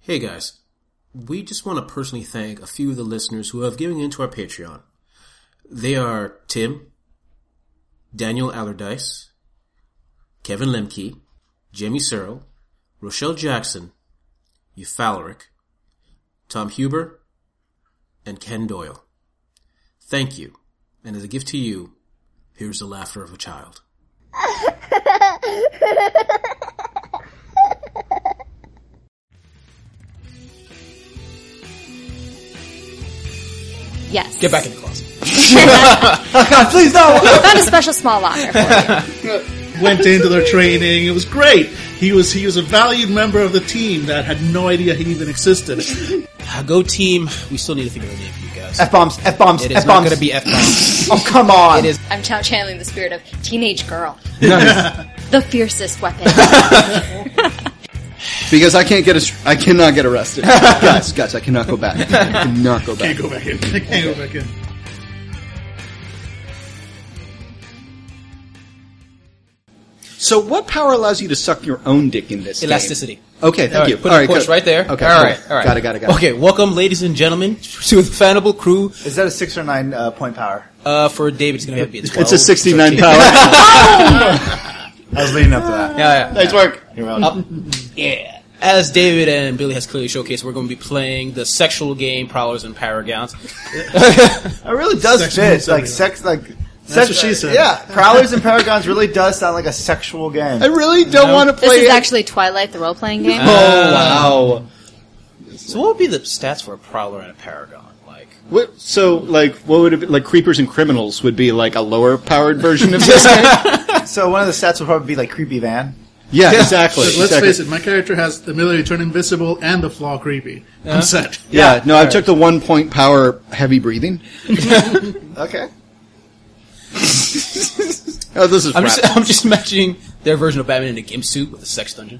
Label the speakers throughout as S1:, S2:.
S1: Hey guys, we just want to personally thank a few of the listeners who have given into our Patreon. They are Tim, Daniel Allardyce, Kevin Lemke, Jamie Searle, Rochelle Jackson, Eufalric, Tom Huber, and Ken Doyle. Thank you, and as a gift to you, here's the laughter of a child.
S2: Yes.
S3: Get back in the closet.
S4: God, please no!
S2: Found a special small locker for you.
S5: went into their training. It was great. He was he was a valued member of the team that had no idea he even existed.
S3: Uh, Go team. We still need to figure out a name for you guys.
S4: F bombs, F bombs,
S3: It is
S4: F
S3: not
S4: bombs.
S3: going to be F bombs.
S4: oh, come on!
S3: It is-
S2: I'm now channeling the spirit of teenage girl. the fiercest weapon.
S6: Because I can't get a, I cannot get arrested. guys, guys, I cannot go back. I cannot go back.
S5: Can't go back in. Can't go back in.
S6: So, what power allows you to suck your own dick in this? game?
S3: Elasticity.
S6: Okay, thank
S3: All right,
S6: you.
S3: Put
S6: all
S3: a
S6: right,
S3: push
S6: good.
S3: right there.
S6: Okay,
S3: All
S6: cool.
S3: right. All right.
S6: Got it. Got it. Got it.
S3: Okay. Welcome, ladies and gentlemen, to the fanable crew.
S4: Is that a six or nine uh, point power?
S3: Uh, for David, it's going to have to be a 12.
S6: It's a 69 power.
S4: I was leading up to that.
S3: Yeah, yeah.
S6: nice work.
S3: yeah. As David and Billy has clearly showcased, we're going to be playing the sexual game Prowlers and Paragons.
S4: It really does
S5: Sex
S4: fit.
S5: moves
S4: Like
S5: everyone.
S4: sex, like
S5: That's what she said.
S4: Yeah, Prowlers and Paragons really does sound like a sexual game.
S6: I really don't want to
S2: this
S6: play
S2: is
S6: it.
S2: actually Twilight, the role-playing game.
S6: Uh-huh. oh wow.
S3: So what would be the stats for a Prowler and a Paragon? Like,
S6: What, so, like, what would it be, like? Creepers and criminals would be like a lower powered version of this game.
S4: So one of the stats would probably be like creepy van.
S6: Yeah, exactly.
S5: Let's
S6: exactly.
S5: face it, my character has the ability to turn invisible and the flaw creepy. I'm set.
S6: Yeah, no, I took the one point power heavy breathing.
S4: Okay.
S6: Oh, this is
S3: I'm
S6: crap.
S3: just, I'm just imagining their version of Batman in a gimp suit with a sex dungeon.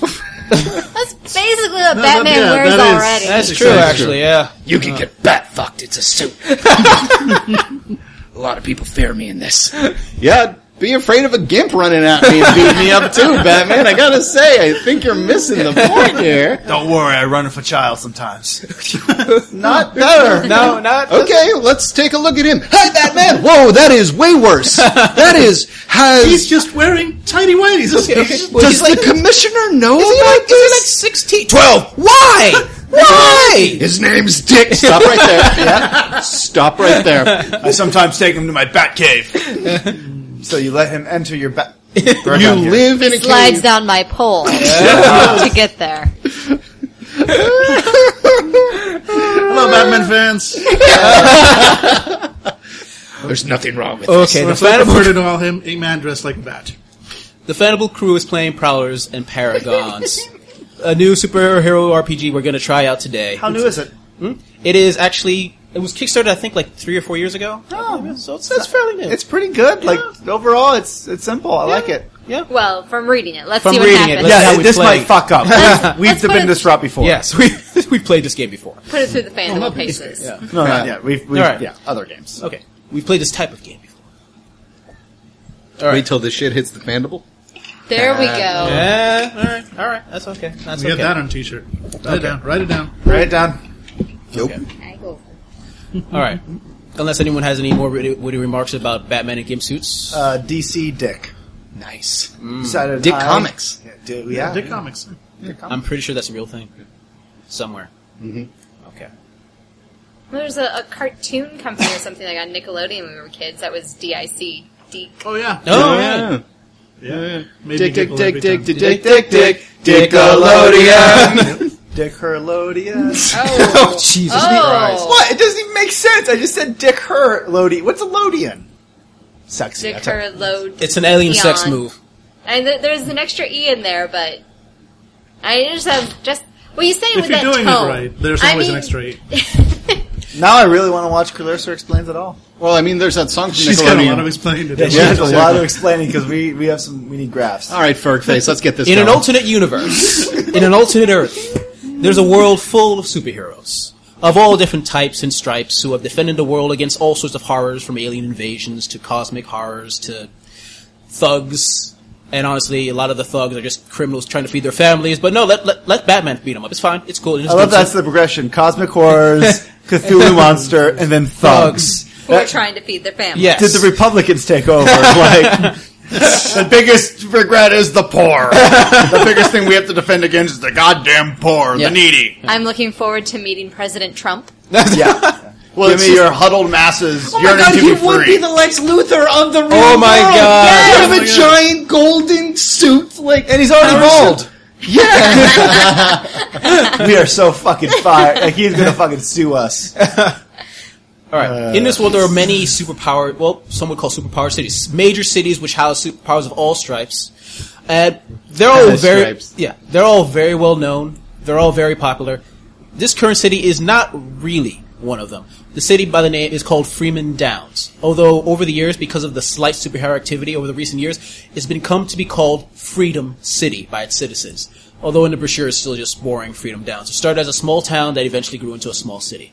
S2: That's basically what
S5: No, that-
S2: Batman
S5: yeah,
S2: wears
S5: that is-
S2: already.
S3: That's true,
S6: That's
S3: actually,
S6: true.
S3: yeah.
S7: You can get bat fucked. It's a suit. a lot of people fear me in this.
S6: Yeah, be afraid of a gimp running at me and beating me up too, Batman. I gotta say, I think you're missing the point here.
S4: Don't worry, I run for child sometimes. Not better.
S3: No, not...
S6: Okay, let's take a look at him. Hi, Batman! Whoa, that is way worse. That is has.
S5: He's just wearing tiny whities.
S3: Well, he's
S6: does
S3: like,
S6: the commissioner know
S3: is he
S6: about
S3: like, is he like
S6: this?
S3: 16? 12! Why? Why?
S6: His name's Dick. Stop right there. Stop right there.
S4: I sometimes take him to my bat cave. so you let him enter your bat.
S6: You live in a
S2: Slides
S6: cave.
S2: down my pole to get there.
S5: Hello, Batman fans.
S7: There's nothing wrong with
S3: Okay, the
S5: That's why I
S3: fanable,
S5: prefer to call him a man dressed like a bat.
S3: the fanable crew is playing Prowlers and Paragons. a new superhero RPG we're going to try out today.
S4: How new is it?
S3: It is actually... It was kickstarted, I think, like three or four years ago. Oh, so it's, it's fairly new.
S4: It's pretty good. Like overall, it's it's simple. I like it.
S3: yeah.
S2: Well, from reading it, let's
S3: From
S2: see what
S3: reading it,
S2: happens.
S3: let's- Yeah, we play.
S4: fuck up. We've
S2: let's put
S4: been
S2: it-
S4: this route before.
S3: Yes, we we played this game before.
S2: Put it through the fan of paces.
S4: No, not yet. We've, we've
S3: All right.
S4: yeah other games.
S3: Okay, we played this type of game before.
S6: Wait till the shit hits the mandible.
S2: There we go.
S3: Yeah, all right, all right, that's okay. That's
S5: Get
S3: okay.
S5: that on a t-shirt. Write it down. Write it down.
S4: Write it down.
S2: I go.
S3: All right, unless anyone has any more witty, witty remarks about Batman and gimp suits.
S4: Uh, DC Dick. Mm.
S6: Nice.
S4: Decided
S7: Uh,
S6: Dick
S4: I-
S6: Comics.
S4: Yeah, dude, yeah.
S5: Dick Comics.
S3: I'm pretty sure that's a real thing somewhere. Mm-hmm. Okay.
S2: There's a, a cartoon company or something like on Nickelodeon when we were kids that was DIC. Deek.
S5: Oh yeah.
S3: Oh, yeah.
S5: Yeah. Maybe
S6: Dick, dick,
S5: people
S6: dick,
S5: every
S6: dick,
S5: time.
S6: dick, dick, dick, dick, Dickalodium.
S4: Dick Herlodius.
S2: Oh,
S3: Jesus
S2: oh.
S4: what? It doesn't even make sense. I just said Dick Herlodi. What's a Lodian? Sexy.
S2: Dick
S4: I tell you.
S2: her load.
S3: It's an alien
S2: Eon.
S3: sex move.
S2: And th- there's an extra e in there, but I just have just. Well, you say it
S5: If
S2: with
S5: you're
S2: that
S5: doing it
S2: tone.
S5: right, there's
S2: I
S5: always
S2: mean,
S5: an extra E. eight.
S4: Now I really want to watch Clarissa Explains It All.
S6: Well, I mean, there's that song from
S5: She's got a lot of
S6: Nickelodeon.
S5: explaining to
S4: Yeah,
S5: do.
S4: she
S6: Yeah,
S4: has a
S6: exactly.
S4: lot of explaining because we, we have some we need graphs.
S6: All right, Ferg face, let's get this.
S3: In an
S6: going.
S3: alternate universe, in an alternate Earth, there's a world full of superheroes of all different types and stripes who have defended the world against all sorts of horrors, from alien invasions to cosmic horrors to thugs And honestly, a lot of the thugs are just criminals trying to feed their families. But no, let let, let Batman beat them up. It's fine. It's cool. Just
S4: I love
S3: do
S4: that's the progression: cosmic horrors, Cthulhu monster, and then thugs.
S2: Who are trying to feed their family.
S3: Yes.
S4: Did the Republicans take over? Like,
S6: The biggest regret is the poor. the biggest thing we have to defend against is the goddamn poor,
S3: Yeah.
S6: the needy.
S2: I'm looking forward to meeting President Trump.
S4: yeah.
S6: Well, Oh Give
S4: it's
S6: me
S4: just-
S6: your huddled masses yearning to be free.
S7: Lex Luthor of the real
S3: Oh my God.
S7: Yeah, with a giant golden suit, like
S4: And he's already bald.
S7: yeah.
S4: We are so fucking fired. Like he's gonna fucking sue us.
S3: All right. In this world, there are many superpower, well, some would call superpower cities, major cities which house superpowers of all stripes. And they're all
S6: Other
S3: very,
S6: stripes.
S3: yeah, they're all very well known. They're all very popular. This current city is not really one of them. The city by the name is called Freeman Downs. Although over the years, because of the slight superhero activity over the recent years, it's been come to be called Freedom City by its citizens. Although in the brochure it's still just boring Freedom Downs. It started as a small town that eventually grew into a small city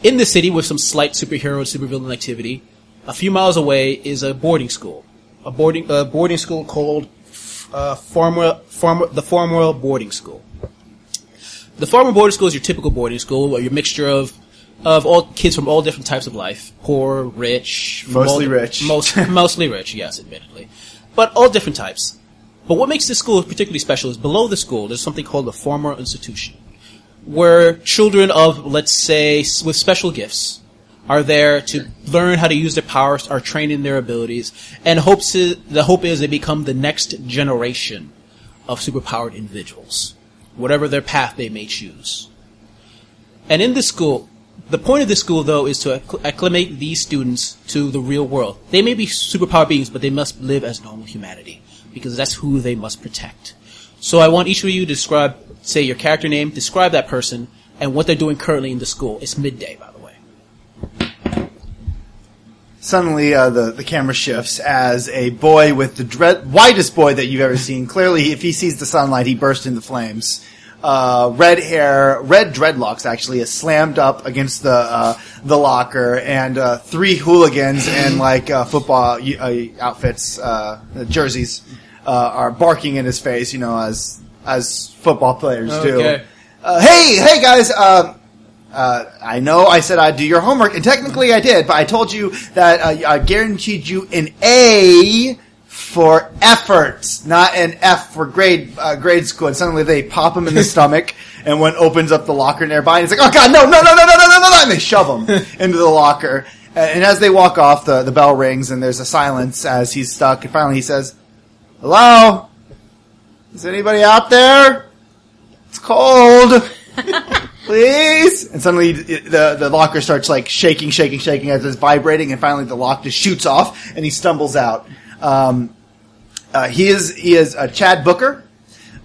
S3: in the city with some slight superhero and supervillain activity. A few miles away is a boarding school, a boarding a boarding school called uh, Farmwell, Farm, the Farmwell Boarding School. The Farmwell Boarding School is your typical boarding school, where your mixture of of all kids from all different types of life, poor, rich, from
S4: Mostly
S3: all-
S4: rich.
S3: most, mostly rich, yes, admittedly, but all different types. But what makes this school particularly special is below the school there's something called the Farmwell Institution where children of, let's say, s- with special gifts are there to learn how to use their powers, are trained in their abilities, and hopes is, the hope is they become the next generation of superpowered individuals, whatever their path they may choose. And in this school, the point of this school, though, is to acc- acclimate these students to the real world. They may be superpower beings, but they must live as normal humanity because that's who they must protect. So I want each of you to describe, say, your character name, describe that person, and what they're doing currently in the school. It's midday, by the way.
S4: Suddenly, uh, the the camera shifts as a boy with the dread, whitest boy that you've ever seen. Clearly, if he sees the sunlight, he bursts into flames. Uh, red hair, red dreadlocks actually is slammed up against the uh, the locker, and uh, three hooligans in like uh, football y- uh, outfits, uh, jerseys, uh, are barking in his face. You know, as as football players
S3: Okay.
S4: do. Uh, hey, hey guys, um, uh, I know I said I'd do your homework, and technically I did, but I told you that uh, I guaranteed you an A for effort, not an F for grade uh, grade school. And suddenly they pop him in the stomach, and one opens up the locker nearby, and he's like, "Oh God, no, no, no, no, no, no, no, no!" And they shove him into the locker. And, and as they walk off, the the bell rings, and there's a silence as he's stuck. And finally, he says, "Hello, is anybody out there? It's cold." please. And suddenly the the locker starts like shaking, shaking, shaking as it's vibrating, and finally the lock just shoots off, and he stumbles out. Um, uh, he is he is uh, Chad Booker.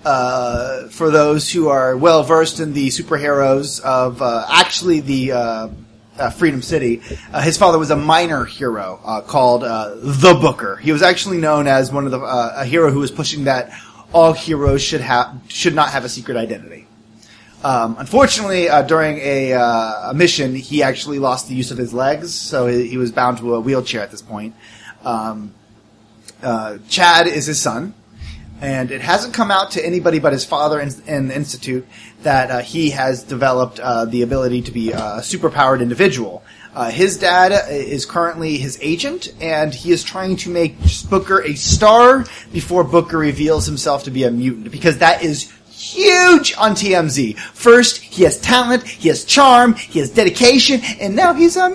S4: Uh, for those who are well versed in the superheroes of uh, actually the uh, uh, Freedom City, uh, his father was a minor hero uh, called uh, the Booker. He was actually known as one of the uh, a hero who was pushing that all heroes should have should not have a secret identity. Um, unfortunately, uh, during a, uh, a mission, he actually lost the use of his legs, so he, he was bound to a wheelchair at this point. Um, uh, Chad is his son, and it hasn't come out to anybody but his father and, and the institute that uh, he has developed uh, the ability to be uh, a superpowered individual. Uh, his dad is currently his agent, and he is trying to make Booker a star before Booker reveals himself to be a mutant, because that is huge on TMZ. First, he has talent, he has charm, he has dedication, and now he's a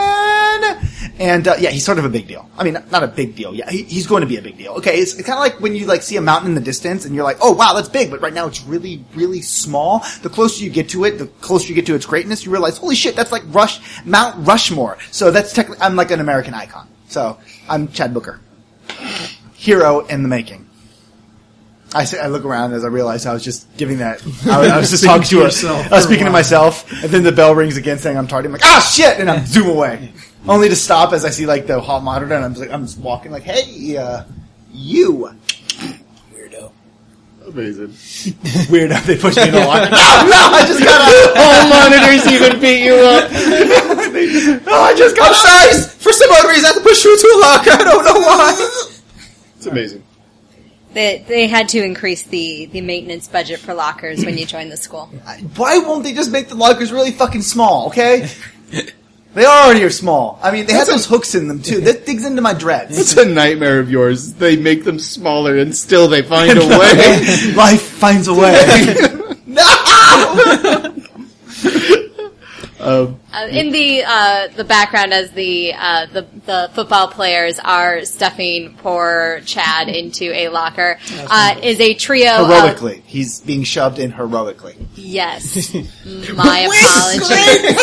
S4: mutant. And uh, yeah, he's sort of a big deal. I mean, not a big deal. Yeah, he, he's going to be a big deal. Okay, it's, kind of like when you like see a mountain in the distance, and you're like, oh wow, that's big, but right now it's really, really small. The closer you get to it, the closer you get to its greatness, you realize, holy shit, that's like Rush Mount Rushmore. So that's technically, I'm like an American icon. So I'm Chad Booker, hero in the making. I, say, I look around as I realize I was just giving that. I was, I was just
S5: Speaking
S4: talking
S5: to
S4: to
S5: yourself
S4: yourself. I was
S5: for a
S4: speaking to
S5: while.
S4: myself, and then the bell rings again, saying I'm tardy. I'm like, ah, shit, and I zoom away, only to stop as I see like the hall monitor, and I'm just like, I'm just walking like, hey, uh, you
S3: Weirdo.
S6: Amazing.
S4: weirdo. They pushed me in the locker. no, no, I just got out.
S6: All monitors even beat you up.
S4: oh, No, I just got out. For some odd reason, I had to push you into a locker. I don't know why.
S6: It's amazing.
S2: They, they had to increase the, the maintenance budget for lockers when you joined the school.
S4: Why won't they just make the lockers really fucking small? Okay. They already are small. I mean, they have those hooks in them too. That digs into my dreads.
S6: It's a nightmare of yours. They make them smaller and still they find a way.
S4: Life finds a way.
S2: Uh, in the uh, the background, as the, uh, the the football players are stuffing poor Chad into a locker, uh, is a trio of-
S4: Heroically, he's being shoved in heroically.
S2: yes, my apologies.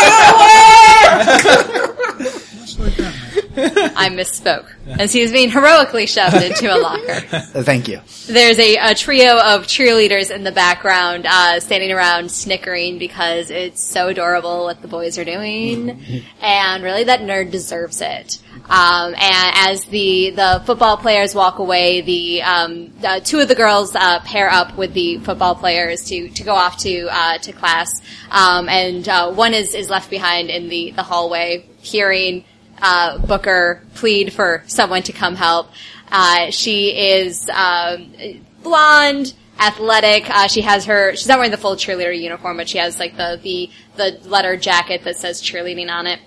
S2: I misspoke. As he is being heroically shoved into a locker.
S4: Uh, thank you.
S2: There's a, a trio of cheerleaders in the background, uh, standing around snickering because it's so adorable what the boys are doing, and really that nerd deserves it. Um, and as the the football players walk away, the um, uh, two of the girls uh, pair up with the football players to to go off to uh, to class, um, and uh, one is is left behind in the the hallway hearing uh, Booker plead for someone to come help. Uh, she is um, blonde, athletic. Uh, she has her. She's not wearing the full cheerleader uniform, but she has like the the the letter jacket that says cheerleading on it.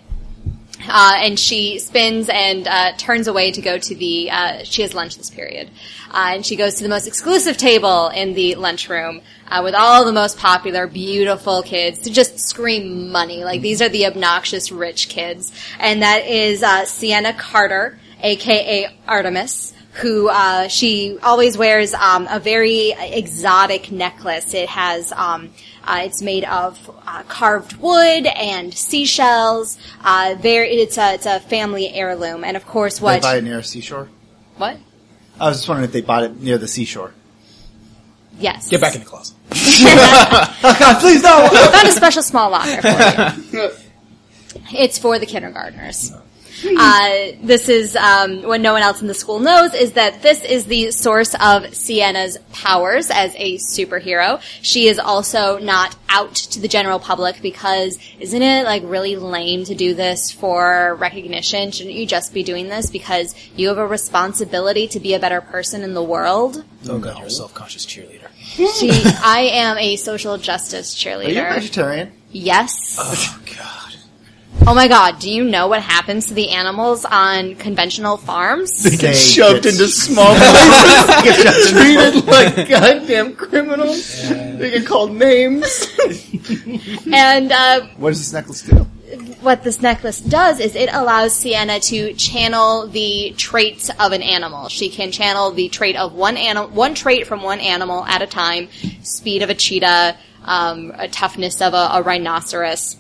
S2: Uh, and she spins and uh, turns away to go to the. Uh, she has lunch this period, uh, and she goes to the most exclusive table in the lunchroom uh, with all the most popular, beautiful kids to just scream money. Like these are the obnoxious rich kids, and that is uh, Sienna Carter, aka Artemis, who uh, she always wears um, a very exotic necklace. It has um, uh, it's made of uh, carved wood and seashells. Uh, there, it's a it's a family heirloom, and of course,
S4: They
S2: what
S4: buy it near a seashore.
S2: what?
S4: I was just wondering if they bought it near the seashore.
S2: Yes,
S3: Get back in the closet.
S4: Oh God, please no!
S2: I found a special small locker for you. it's for the kindergartners. Uh, this is um, what no one else in the school knows is that this is the source of Sienna's powers as a superhero. She is also not out to the general public because isn't it like really lame to do this for recognition? Shouldn't you just be doing this because you have a responsibility to be a better person in the world?
S3: Oh god, you're a self-conscious cheerleader.
S2: She, I am a social justice cheerleader.
S4: Are you a vegetarian?
S2: Yes.
S3: Oh god.
S2: Oh my god, do you know what happens to the animals on conventional farms?
S4: They get
S6: Shoved into small places, treated like goddamn criminals. They get called names.
S2: and uh,
S4: What does this necklace do?
S2: what this necklace does is it allows Sienna to channel the traits of an animal. She can channel the trait of one animal, one trait from one animal at a time: speed of a cheetah, um, a toughness of a, a rhinoceros.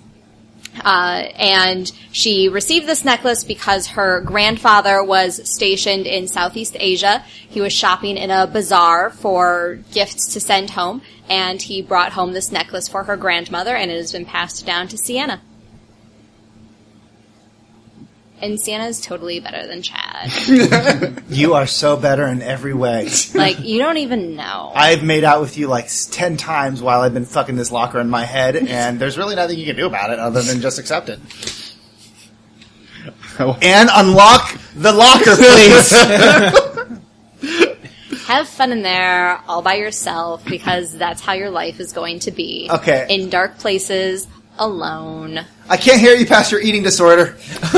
S2: Uh, and she received this necklace because her grandfather was stationed in Southeast Asia. He was shopping in a bazaar for gifts to send home, and he brought home this necklace for her grandmother, and it has been passed down to Sienna. And Sienna is totally better than Chad.
S4: You are so better in every way.
S2: like, you don't even know.
S4: I've made out with you like s- ten times while I've been fucking this locker in my head, and there's really nothing you can do about it other than just accept it. And unlock the locker, please.
S2: Have fun in there all by yourself because that's how your life is going to be.
S4: Okay.
S2: In dark places, alone.
S4: I can't hear you past your eating disorder. Oh.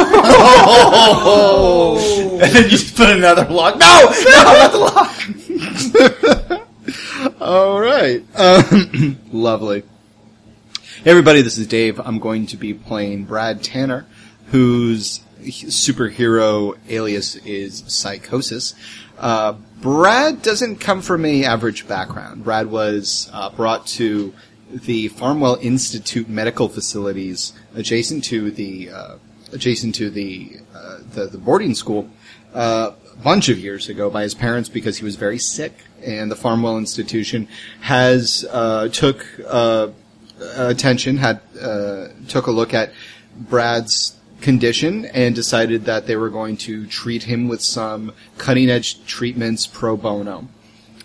S4: And then you just put another lock. No, no, not the lock.
S6: All right. Um, lovely. Hey, everybody, this is Dave. I'm going to be playing Brad Tanner, whose superhero alias is Psychosis. Uh, Brad doesn't come from any average background. Brad was uh, brought to the Farmwell Institute medical facilities adjacent to the uh, adjacent to the, uh, the the boarding school uh, a bunch of years ago by his parents because he was very sick, and the Farmwell Institution has uh, took uh, attention, had uh, took a look at Brad's condition and decided that they were going to treat him with some cutting edge treatments pro bono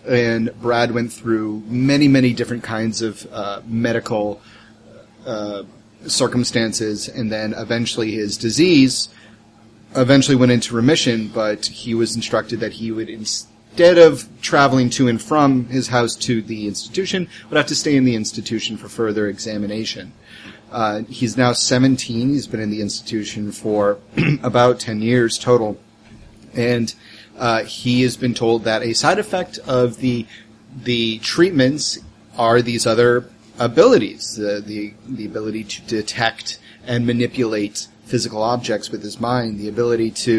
S6: and Brad went through many, many different kinds of uh, medical uh, circumstances, and then eventually his disease eventually went into remission. But he was instructed that he would ins- instead of traveling to and from his house to the institution, would have to stay in the institution for further examination. Uh, he's now 17. He's been in the institution for about 10 years total and uh, he has been told that a side effect of the the treatments are these other abilities the the, the ability to detect and manipulate physical objects with his mind the ability to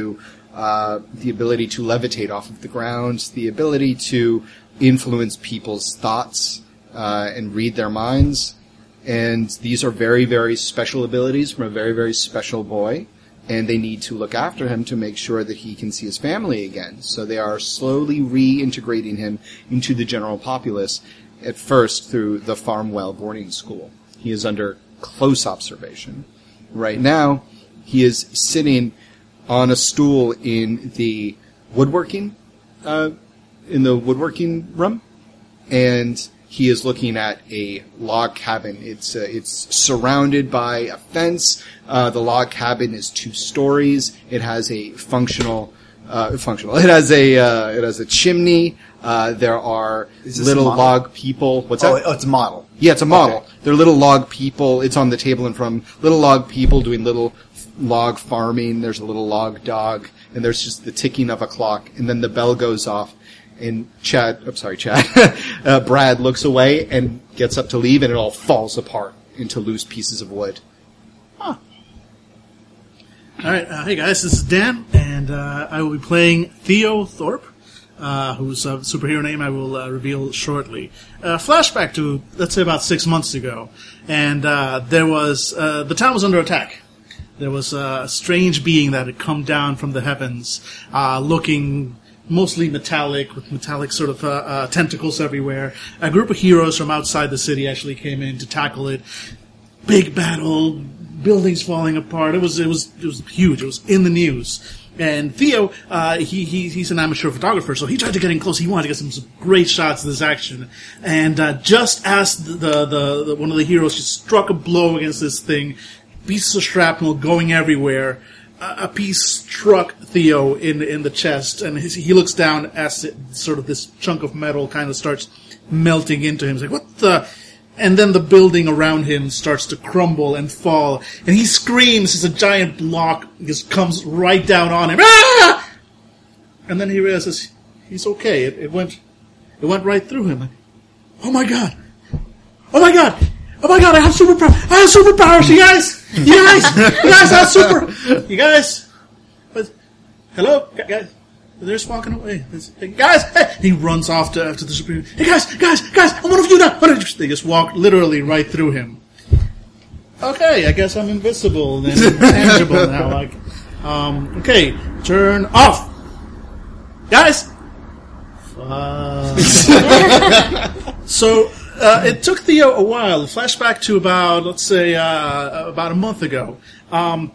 S6: uh, the ability to levitate off of the ground the ability to influence people's thoughts uh, and read their minds and these are very very special abilities from a very very special boy and they need to look after him to make sure that he can see his family again. So they are slowly reintegrating him into the general populace, at first through the Farmwell boarding school. He is under close observation. Right now, he is sitting on a stool in the woodworking, uh, in the woodworking room, and he is looking at a log cabin. It's uh, it's surrounded by a fence. Uh, the log cabin is two stories. It has a functional uh, functional. It has a uh, it has a chimney. Uh, there are
S4: this
S6: little
S4: a model?
S6: log people. What's
S4: Oh,
S6: that?
S4: oh, it's a model.
S6: Yeah, it's a model.
S4: Okay.
S6: They're little log people. It's on the table in front. of 'em. Little log people doing little f- log farming. There's a little log dog, and there's just the ticking of a clock, and then the bell goes off, and Chad, I'm sorry, Chad, uh, Brad looks away and gets up to leave, and it all falls apart into loose pieces of wood.
S5: All right, uh, hey guys, this is Dan, and uh, I will be playing Theo Thorpe, uh, whose uh, superhero name I will uh, reveal shortly. Uh, flashback to let's say about six months ago, and uh, there was uh, the town was under attack. There was a strange being that had come down from the heavens, uh, looking mostly metallic, with metallic sort of uh, uh, tentacles everywhere. A group of heroes from outside the city actually came in to tackle it big battle, buildings falling apart. It was it was it was huge. It was in the news. And Theo, uh, he, he he's an amateur photographer, so he tried to get in close. He wanted to get some, some great shots of this action. And uh, just as the, the, the, one of the heroes just struck a blow against this thing, pieces of shrapnel going everywhere. A a piece struck Theo in in the chest, and his, he looks down as it, sort of this chunk of metal kind of starts melting into him. He's like, "What the?" And then the building around him starts to crumble and fall, and he screams as a giant block just comes right down on him. Ah! And then he realizes he's okay. It, it went, it went right through him. Like, oh my god! Oh my god! Oh my god! I have superpowers! I have superpowers, you guys! You guys! You guys I have super! You guys! But hello, gu- guys. They're just walking away. This- hey, guys, hey! he runs off to, to the Supreme. Hey, guys, guys, guys! I'm one of you now. One of you. They just walk literally right through him. Okay, I guess I'm invisible and intangible now. Like, um, okay, turn off, guys. Fuck. So uh, it took Theo a while. Flashback to about let's say uh, about a month ago. Um,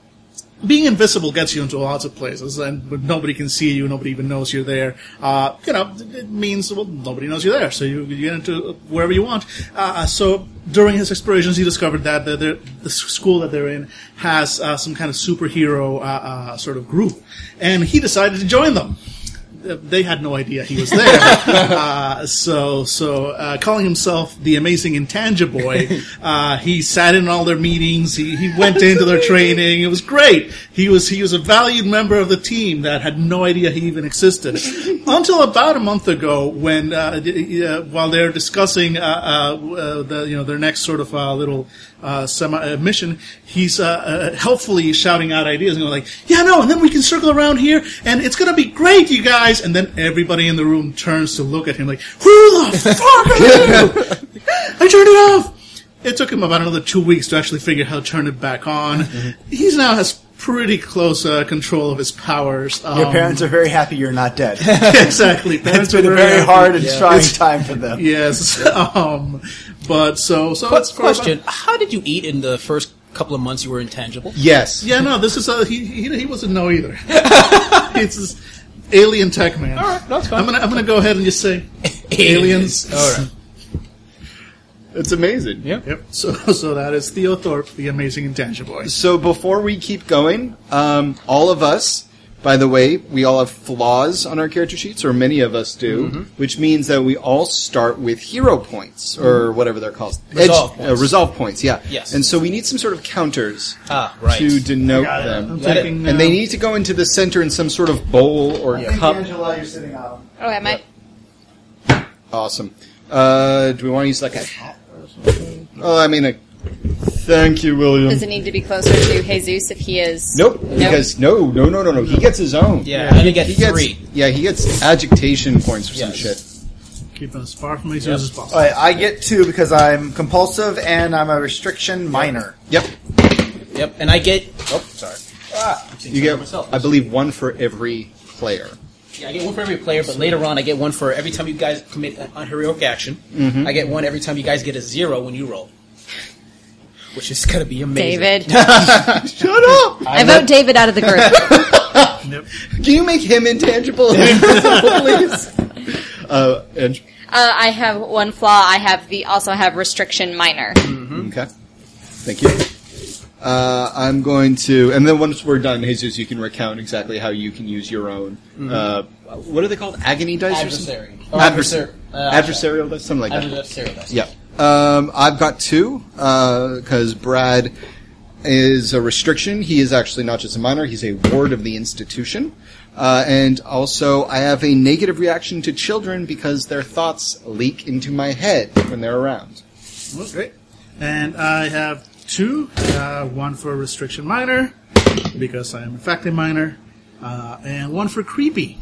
S5: being invisible gets you into lots of places, and when nobody can see you, nobody even knows you're there. Uh, you know, it- it means well, nobody knows you're there, so you, you get into wherever you want. Uh, so during his explorations, he discovered that the, the, the school that they're in has uh, some kind of superhero uh, uh, sort of group, and he decided to join them Uh, they had no idea he was there. uh, so, so uh, calling himself the amazing Intangiboy, uh, he sat in all their meetings. He, he went into their training. It was great. He was he was a valued member of the team that had no idea he even existed until about a month ago when uh, d- uh, while they're discussing uh, uh, uh, the, you know their next sort of uh, little uh, semi uh, mission, he's uh, uh, helpfully shouting out ideas and going like, "Yeah, no," and then we can circle around here, and it's gonna be great, you guys. And then everybody in the room turns to look at him like, "Who the fuck are you?" I turned it off. It took him about another two weeks to actually figure out how to turn it back on.
S4: Mm-hmm.
S5: He's now has pretty close uh, control of his powers. Um,
S4: Your parents are very happy you're not dead.
S5: exactly.
S4: it's
S5: Parents
S4: been
S5: are
S4: a very
S5: happy.
S4: hard and
S5: Yeah.
S4: trying time for them.
S5: Yes. Um, but so so.
S3: But
S5: it's for about-
S3: question: How did you eat in the first couple of months you were intangible?
S6: Yes.
S5: Yeah, no, this is a, he, he. He wasn't know either. He's this alien tech man. All right, that's fine. I'm gonna I'm gonna go ahead and just say aliens.
S3: All right.
S6: It's amazing.
S3: Yeah.
S5: Yep. So so that is Theo Thorpe, the amazing intangible.
S6: So before we keep going, um, all of us By the way, we all have flaws on our character sheets, or many of us do,
S3: Mm-hmm.
S6: which means that we all start with hero points, or whatever they're called.
S3: Mm-hmm. Resolve
S6: uh,
S3: points.
S6: resolve points, yeah.
S3: Yes.
S6: And so we need some sort of counters
S3: Ah, right.
S6: to denote
S5: Got it. I'm
S6: them.
S3: Let it-
S5: taking,
S6: And they
S5: uh,
S6: need to go into the center in some sort of bowl or cup.
S4: Angela, you're sitting out.
S2: Oh, am I?
S6: Awesome. Uh, do we want to use like a hat or something? Oh, I mean, a, thank you, William.
S2: Does it need to be closer to Jesus if he is?
S6: Nope, because no, no, no, no, no. He gets his own.
S3: Yeah, I only get
S6: he gets,
S3: three.
S6: Yeah, he gets agitation points for some
S3: Yes.
S6: shit.
S5: keeping us far from lasers as
S4: All
S5: possible.
S4: right, I get two because I'm compulsive and I'm a restriction minor.
S6: Yep,
S3: Yep, and I get. Oh, sorry.
S6: you get. I believe one for every player.
S3: Yeah, I get one for every player, but later on, I get one for every time you guys commit an unheroic action. I get one every time you guys get a zero when you roll, which is gonna be amazing.
S2: David.
S6: Shut up!
S2: I vote David out of the group.
S5: Yep.
S6: Can you make him intangible, please? Uh, and,
S2: Uh, I have one flaw. I have the also have restriction minor.
S3: Hmm?
S6: okay, thank you. Uh, I'm going to, and then once we're done, Jesus, you can recount exactly how you can use your own. Uh, what are they called? Agony dice or
S3: Hmm. Adversary.
S6: something?
S3: Or
S6: Adversar-
S3: adversar- uh,
S6: adversarial dice, something like that.
S3: Adversary. dice.
S6: Yeah. Um, I've got two because Brad is a restriction. He is actually not just a minor; he's a ward of the institution. Uh, and also, I have a negative reaction to children because their thoughts leak into my head when they're around.
S5: Well, great. And I have two. Uh, one for restriction minor, because I am in fact a minor, uh, and one for creepy,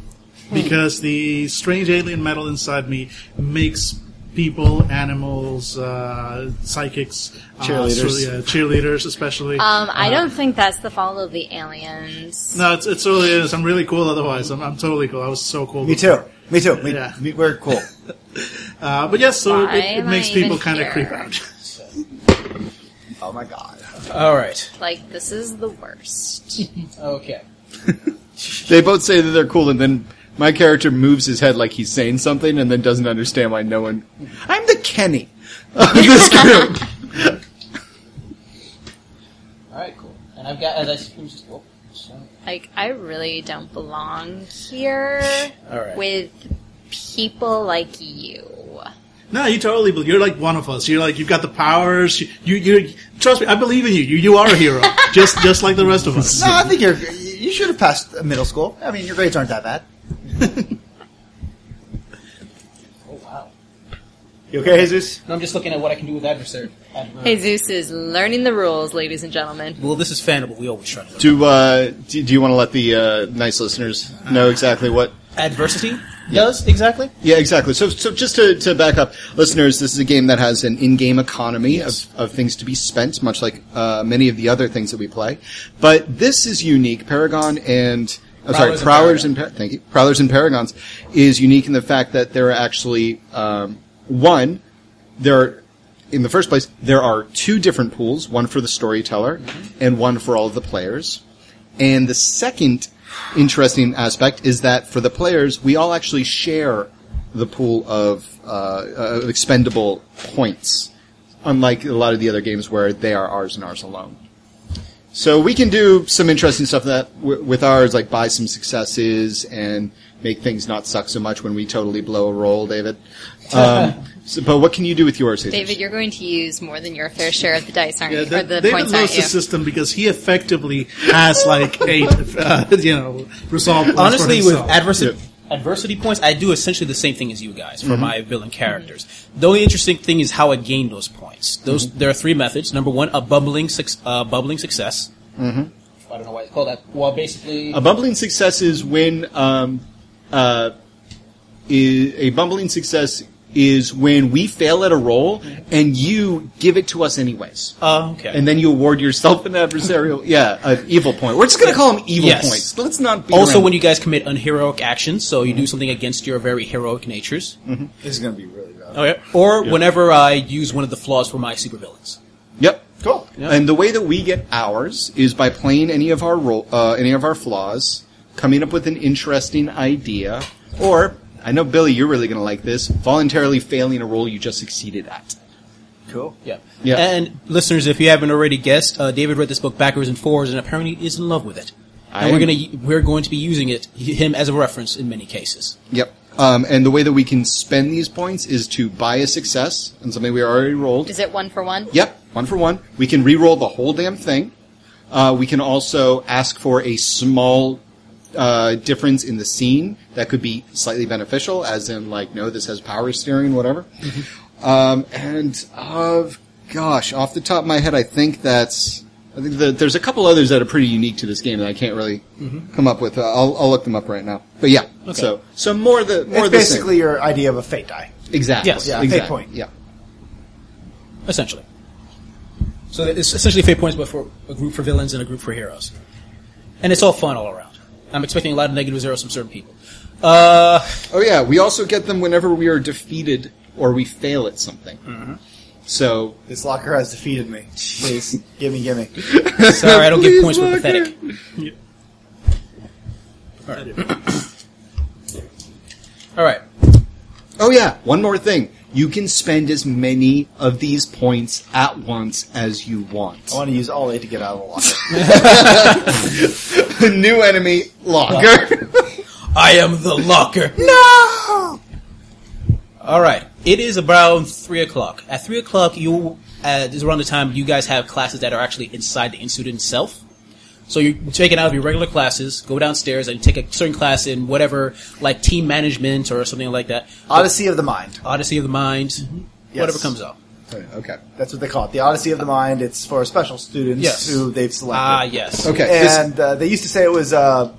S4: Hmm.
S5: because the strange alien metal inside me makes people, animals, uh, psychics,
S6: Cheerleaders.
S5: uh, so- yeah, cheerleaders especially.
S2: Um, I don't think that's the fall of the aliens.
S5: no, it's, it's really is. I'm really cool otherwise. I'm, I'm totally cool. I was so cool.
S4: Me too. Me too. Me,
S5: Yeah.
S4: me- we're cool.
S5: Uh, but yes, so
S2: Why
S5: it, it
S2: am I
S5: makes people
S2: even
S5: kind
S2: here?
S5: of creep out.
S4: Oh my god.
S3: All right.
S2: Like this is the worst.
S3: Okay.
S6: They both say that they're cool, and then my character moves his head like he's saying something, and then doesn't understand why no one. I'm the Kenny of this group.
S3: All right. Cool. And I've got as I just. Oh, so-
S2: Like I really don't belong here
S3: All right.
S2: with people like you.
S5: No, you totally. bel- You're like one of us. You're like you've got the powers. You, you trust me. I believe in you. You, you are a hero, just just like the rest of us.
S4: No, I think you're. You should have passed middle school. I mean, your grades aren't that bad.
S3: Oh wow.
S4: You okay, Jesus?
S3: No, I'm just looking at what I can do with adversary. Adver-
S2: Jesus is learning the rules, ladies and gentlemen.
S3: Well, this is Fanable. We always try to learn.
S6: Do uh, do, do you want to let the uh, nice listeners know exactly what
S3: Adversity does exactly.
S6: Yeah, exactly. So, so just to, to back up, listeners, this is a game that has an in-game economy of, of things to be spent, much like uh, many of the other things that we play. But this is unique. Paragon and I'm sorry,
S3: Prowlers and
S6: Prowlers and Par- thank you, Prowlers and Paragons is unique in the fact that there are actually um, one there are, in the first place there are two different pools, one for the storyteller and one for all of the players. And the second interesting aspect is that for the players, we all actually share the pool of uh, uh, expendable points, unlike a lot of the other games where they are ours and ours alone. So we can do some interesting stuff that w- with ours, like buy some successes and make things not suck so much when we totally blow a roll, David. Um, so, but what can you do with yours, Jesus?
S2: David, you're going to use more than your fair share of the dice, aren't
S5: Yeah,
S2: you?
S5: Da-
S2: or the
S5: David
S2: points, aren't
S5: knows
S2: you?
S5: the system because he effectively has like eight, uh, you know, resolve. points for
S3: Honestly, with
S5: himself.
S3: adversity adversity points, I do essentially the same thing as you guys for my villain characters. The only interesting thing is how I gain those points. Those there are three methods. Number one, a bubbling suc- uh, bubbling success. Mm-hmm. I don't know why it's called that. Well, basically,
S6: A bumbling success is when um, uh, is, a bumbling success is when we fail at a roll and you give it to us anyways,
S3: uh, okay.
S6: and then you award yourself an adversarial, yeah, an evil point. We're just gonna call them evil
S3: Yes.
S6: points. Let's not. Be
S3: also, when you guys commit unheroic actions, so you do something against your very heroic natures.
S4: This is going to be really bad.
S3: Okay. Or whenever I use one of the flaws for my supervillains.
S6: Yep.
S4: Cool.
S6: And the way that we get ours is by playing any of our role, uh, any of our flaws, coming up with an interesting idea, or I know Billy, you're really going to like this. Voluntarily failing a role you just succeeded at.
S4: Cool.
S3: Yeah.
S6: Yeah.
S3: And listeners, if you haven't already guessed, uh, David read this book backwards and forwards, and apparently is in love with it. and we're gonna we're going to be using it him as a reference in many cases.
S6: Yep. Um, and the way that we can spend these points is to buy a success on something we already rolled.
S2: Is it one for one?
S6: Yep, one for one. We can re-roll the whole damn thing. Uh, we can also ask for a small uh, difference in the scene that could be slightly beneficial, as in like, no, this has power steering, whatever.
S4: Mm-hmm.
S6: um, and of gosh, off the top of my head, I think that's. I think that there's a couple others that are pretty unique to this game that I can't really
S4: Mm-hmm.
S6: come up with. Uh, I'll, I'll look them up right now. But yeah, so so more
S4: It's
S6: the more of the same.
S4: basically your idea of a fate die.
S6: exactly
S3: Yes. Yeah,
S4: fate
S6: exactly.
S4: point.
S6: yeah.
S3: essentially. So it's essentially fate points, but for a group for villains and a group for heroes, and it's all fun all around. I'm expecting a lot of negative zeros from certain people. Uh,
S6: Oh yeah, we also get them whenever we are defeated or we fail at something.
S3: Mm-hmm.
S6: So
S4: This locker has defeated me. Please, gimme, gimme.
S3: sorry, I don't give
S6: Please,
S3: points for
S6: Walker.
S3: pathetic. All right,
S6: Oh yeah, one more thing. You can spend as many of these points at once as you want.
S4: I want to use all eight to get out of the locker.
S6: New enemy locker.
S3: I am the locker. No. All right. It is about three o'clock. At three o'clock, you uh, this is around the time you guys have classes that are actually inside the institute itself. So you take it out of your regular classes, go downstairs, and take a certain class in whatever, like team management or something like that.
S4: Odyssey of the Mind.
S3: Odyssey of the Mind, whatever comes up.
S6: okay.
S4: That's what they call it. The Odyssey of the Mind. It's for special students
S3: Yes.
S4: who they've selected.
S3: Ah, yes.
S6: Okay. this-
S4: and uh, they used to say it was uh,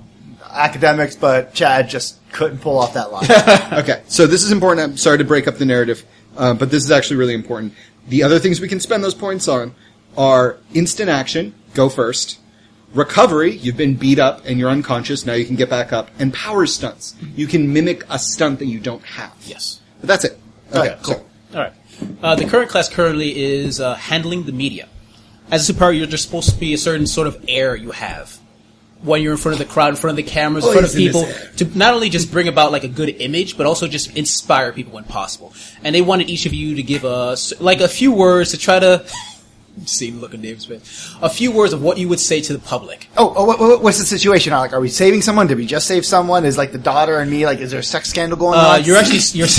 S4: academics, but Chad just couldn't pull off that line.
S6: okay. So this is important. I'm sorry to break up the narrative, uh, but this is actually really important. The other things we can spend those points on are instant action. Go first. Recovery, you've been beat up and you're unconscious, now you can get back up. And power stunts. You can mimic a stunt that you don't have.
S3: Yes.
S6: But that's it. Okay,
S4: Alright,
S6: cool.
S4: cool.
S3: All right. Uh, the current class currently is uh, handling the media. As a superior, you're just supposed to be a certain sort of air you have when you're in front of the crowd, in front of the cameras, in front of
S6: Poison is
S3: people,
S6: air.
S3: to not only just bring about like a good image, but also just inspire people when possible. And they wanted each of you to give us like a few words to try to see the look of Dave's face, a few words of what you would say to the public.
S4: oh, oh what, what, what's the situation? Like, are we saving someone? Did we just save someone? Is like the daughter and me? Like, is there a sex scandal going
S3: Uh,
S4: on?
S3: you're actually you're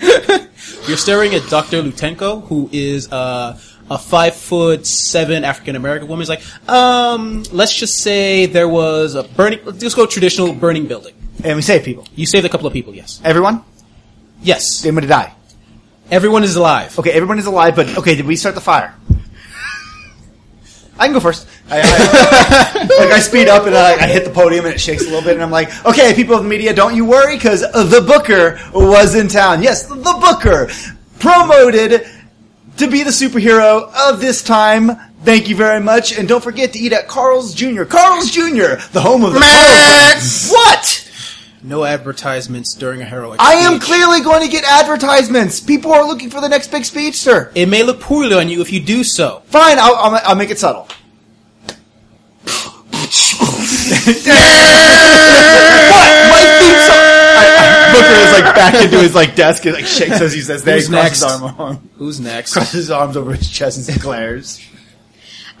S3: you're staring at Doctor Lutenko, who is uh, a five foot seven African American woman. Is like, um, let's just say there was a burning. Let's just go traditional burning building.
S4: and we save people.
S3: You saved a couple of people. Yes,
S4: Everyone,
S3: yes.
S4: they're going to die.
S3: Everyone is alive.
S4: Okay, everyone is alive, but okay, did we start the fire? I can go first. I, I- like I speed up and I, I hit the podium and it shakes a little bit and I'm like, okay, people of the media, don't you worry because the Booker was in town. Yes, the Booker promoted to be the superhero of this time. Thank you very much, and don't forget to eat at Carl's Jr. Carl's Jr., the home of the Max. What?
S3: No advertisements during a heroic.
S4: I am
S3: speech.
S4: clearly going to get advertisements. People are looking for the next big speedster.
S3: It may look poorly on you if you do so.
S4: Fine, I'll, I'll, I'll make it subtle. what? My theme song- I- I- Booker is like back into his like desk and like shakes as he says that.
S3: Who's
S4: He crosses his
S3: next?
S4: arm on-
S3: Who's next?
S4: crosses his arms over his chest and glares.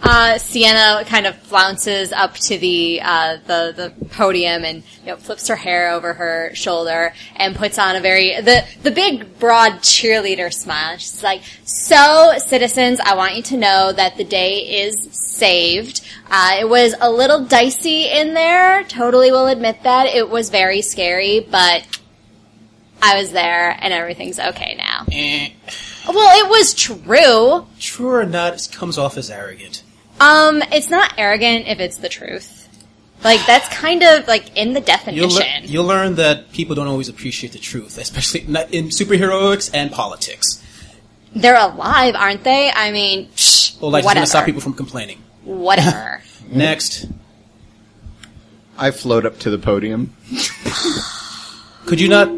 S2: Uh, Sienna kind of flounces up to the uh, the the podium and you know, flips her hair over her shoulder and puts on a very the the big broad cheerleader smile. She's like, "So, citizens, I want you to know that the day is saved. Uh, it was a little dicey in there. Totally will admit that it was very scary, but." I was there and everything's okay now.
S3: Eh,
S2: Well, it was true.
S3: True or not, it comes off as arrogant.
S2: Um, it's not arrogant if it's the truth. Like that's kind of like in the definition.
S3: You'll, lear- you'll learn that people don't always appreciate the truth, especially not in superheroics and politics.
S2: They're alive, aren't they? I mean, psh,
S3: Well, like just
S2: whatever.
S3: gonna stop people from complaining.
S2: whatever.
S3: Next,
S6: I float up to the podium.
S3: could you not?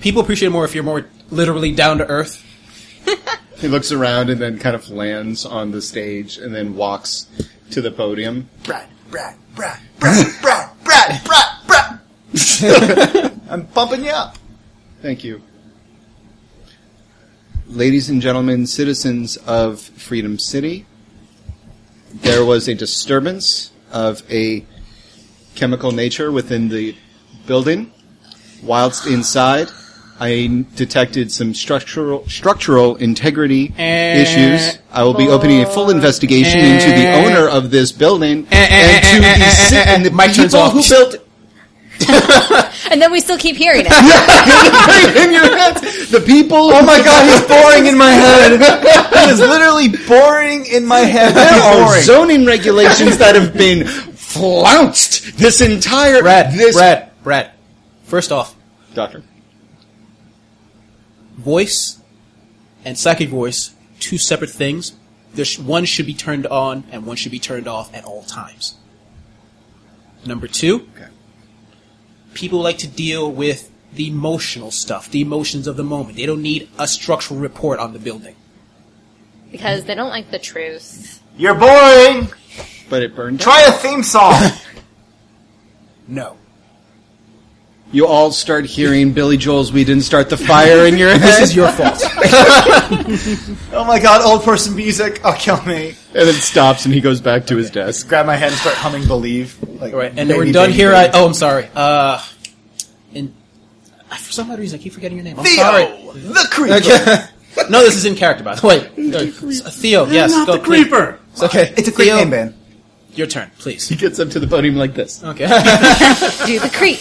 S3: People appreciate it more if you're more literally down to earth.
S6: He looks around and then kind of lands on the stage and then walks to the podium.
S4: Brad, Brad, Brad, Brad, Brad, Brad, Brad, Brad. I'm bumping you up.
S6: Thank you. Ladies and gentlemen, citizens of Freedom City, there was a disturbance of a chemical nature within the building. Whilst inside, I detected some structural structural integrity
S3: Eh.
S6: issues. I will be opening a full investigation into
S3: Eh.
S6: the owner of this building
S3: eh,
S6: and
S3: eh,
S6: to
S3: eh, eh,
S6: the, si-
S3: eh, eh,
S6: and the
S3: mic turns
S6: people
S3: off.
S6: who built
S2: And then we still keep hearing it.
S6: in your heads. The people. Oh my
S4: God, he's boring in my head. He is literally boring in my head.
S6: There
S4: He's
S6: are
S4: boring.
S6: zoning regulations that have been flounced this entire.
S3: Brad,
S6: this
S3: Brad, Brad. First off,
S6: doctor.
S3: voice and psychic voice, two separate things. There's one should be turned on and one should be turned off at all times. Number two,
S6: Okay.
S3: people like to deal with the emotional stuff, the emotions of the moment. They don't need a structural report on the building.
S2: Because they don't like the truth.
S4: You're boring.
S6: But it burned.
S4: Try a theme song.
S3: No.
S6: You all start hearing Billy Joel's "We Didn't Start the Fire" in your head,
S3: This is your fault.
S4: oh my god, old person music. Oh, kill me.
S6: and it stops, and he goes back to his desk.
S4: Grab my hand and start humming "Believe." Like,
S3: All right, and
S4: baby,
S3: we're done
S4: baby,
S3: here.
S4: baby.
S3: I, oh, I'm sorry. Uh, and I- for some odd reason, I keep forgetting your name. I'm
S4: Theo,
S3: sorry.
S4: the creeper.
S3: No, this is in character, by the way. Uh, Theo, yes,
S5: not
S3: go
S5: the
S3: please.
S5: creeper.
S3: It's okay.
S4: It's a great
S3: Theo,
S4: name, man.
S3: Your turn, please.
S6: He gets up to the podium like this.
S3: Okay.
S2: Do the creep.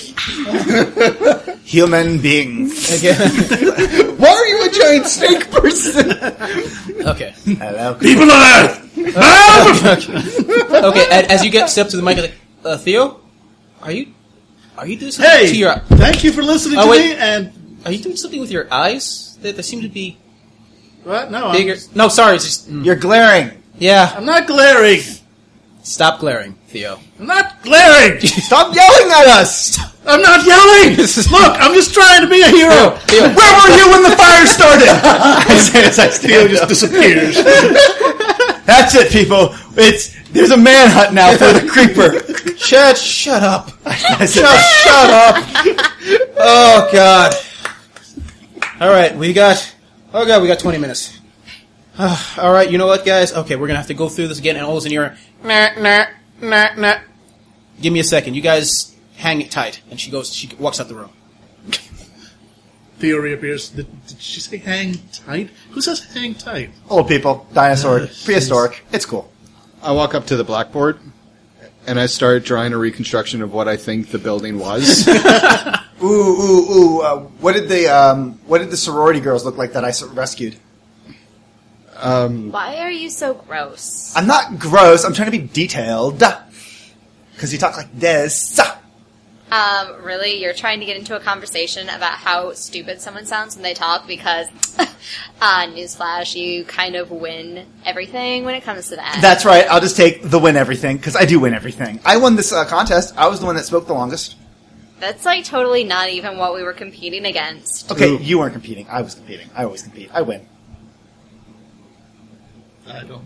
S4: Human beings.
S3: okay.
S6: Why are you a giant snake person?
S3: Okay.
S4: Hello.
S5: People on Earth.
S3: Okay. And as you get step to the mic, you're like uh, Theo, are you are you doing something
S5: Hey,
S3: to your
S5: thank you for listening
S3: Oh,
S5: to me.
S3: wait.
S5: And
S3: are you doing something with your eyes that, that seem to be
S5: what? No,
S3: bigger?
S5: I'm,
S3: No, sorry. It's just mm,
S4: You're glaring.
S3: yeah.
S5: I'm not glaring.
S3: Stop glaring, Theo.
S5: I'm not glaring.
S4: Stop yelling at us.
S5: I'm not yelling. Look, I'm just trying to be a hero.
S3: Theo,
S4: Where were you when the fire started?
S6: I say as I stand up.
S5: Disappears.
S4: That's it, people. It's there's a manhunt now for the creeper.
S3: shut shut up.
S4: I said, shut up.
S3: Oh God! All right, we got. Oh God, we got twenty minutes. Ah, all right, you know what, guys? Okay, we're gonna have to go through this again, and all those in your nah nah nah nah. Give me a second. You guys hang it tight. And she goes. She walks out the room.
S5: Theo reappears. Did, did she say hang tight? Who says hang tight?
S4: Old people, dinosaur, prehistoric. It's cool.
S6: I walk up to the blackboard, and I start drawing a reconstruction of what I think the building was.
S4: Ooh, ooh, ooh. Uh, what did the um, what did the sorority girls look like that I s- rescued?
S2: Why are you so gross?
S4: I'm not gross. I'm trying to be detailed. Because you talk like this.
S2: Um, really, you're trying to get into a conversation about how stupid someone sounds when they talk because, uh, newsflash, you kind of win everything when it comes to that.
S4: That's right. I'll just take the win everything because I do win everything. I won this uh, contest. I was the one that spoke the longest.
S2: That's like totally not even what we were competing against.
S4: Okay, you weren't competing. I was competing. I always compete. I win.
S5: I don't.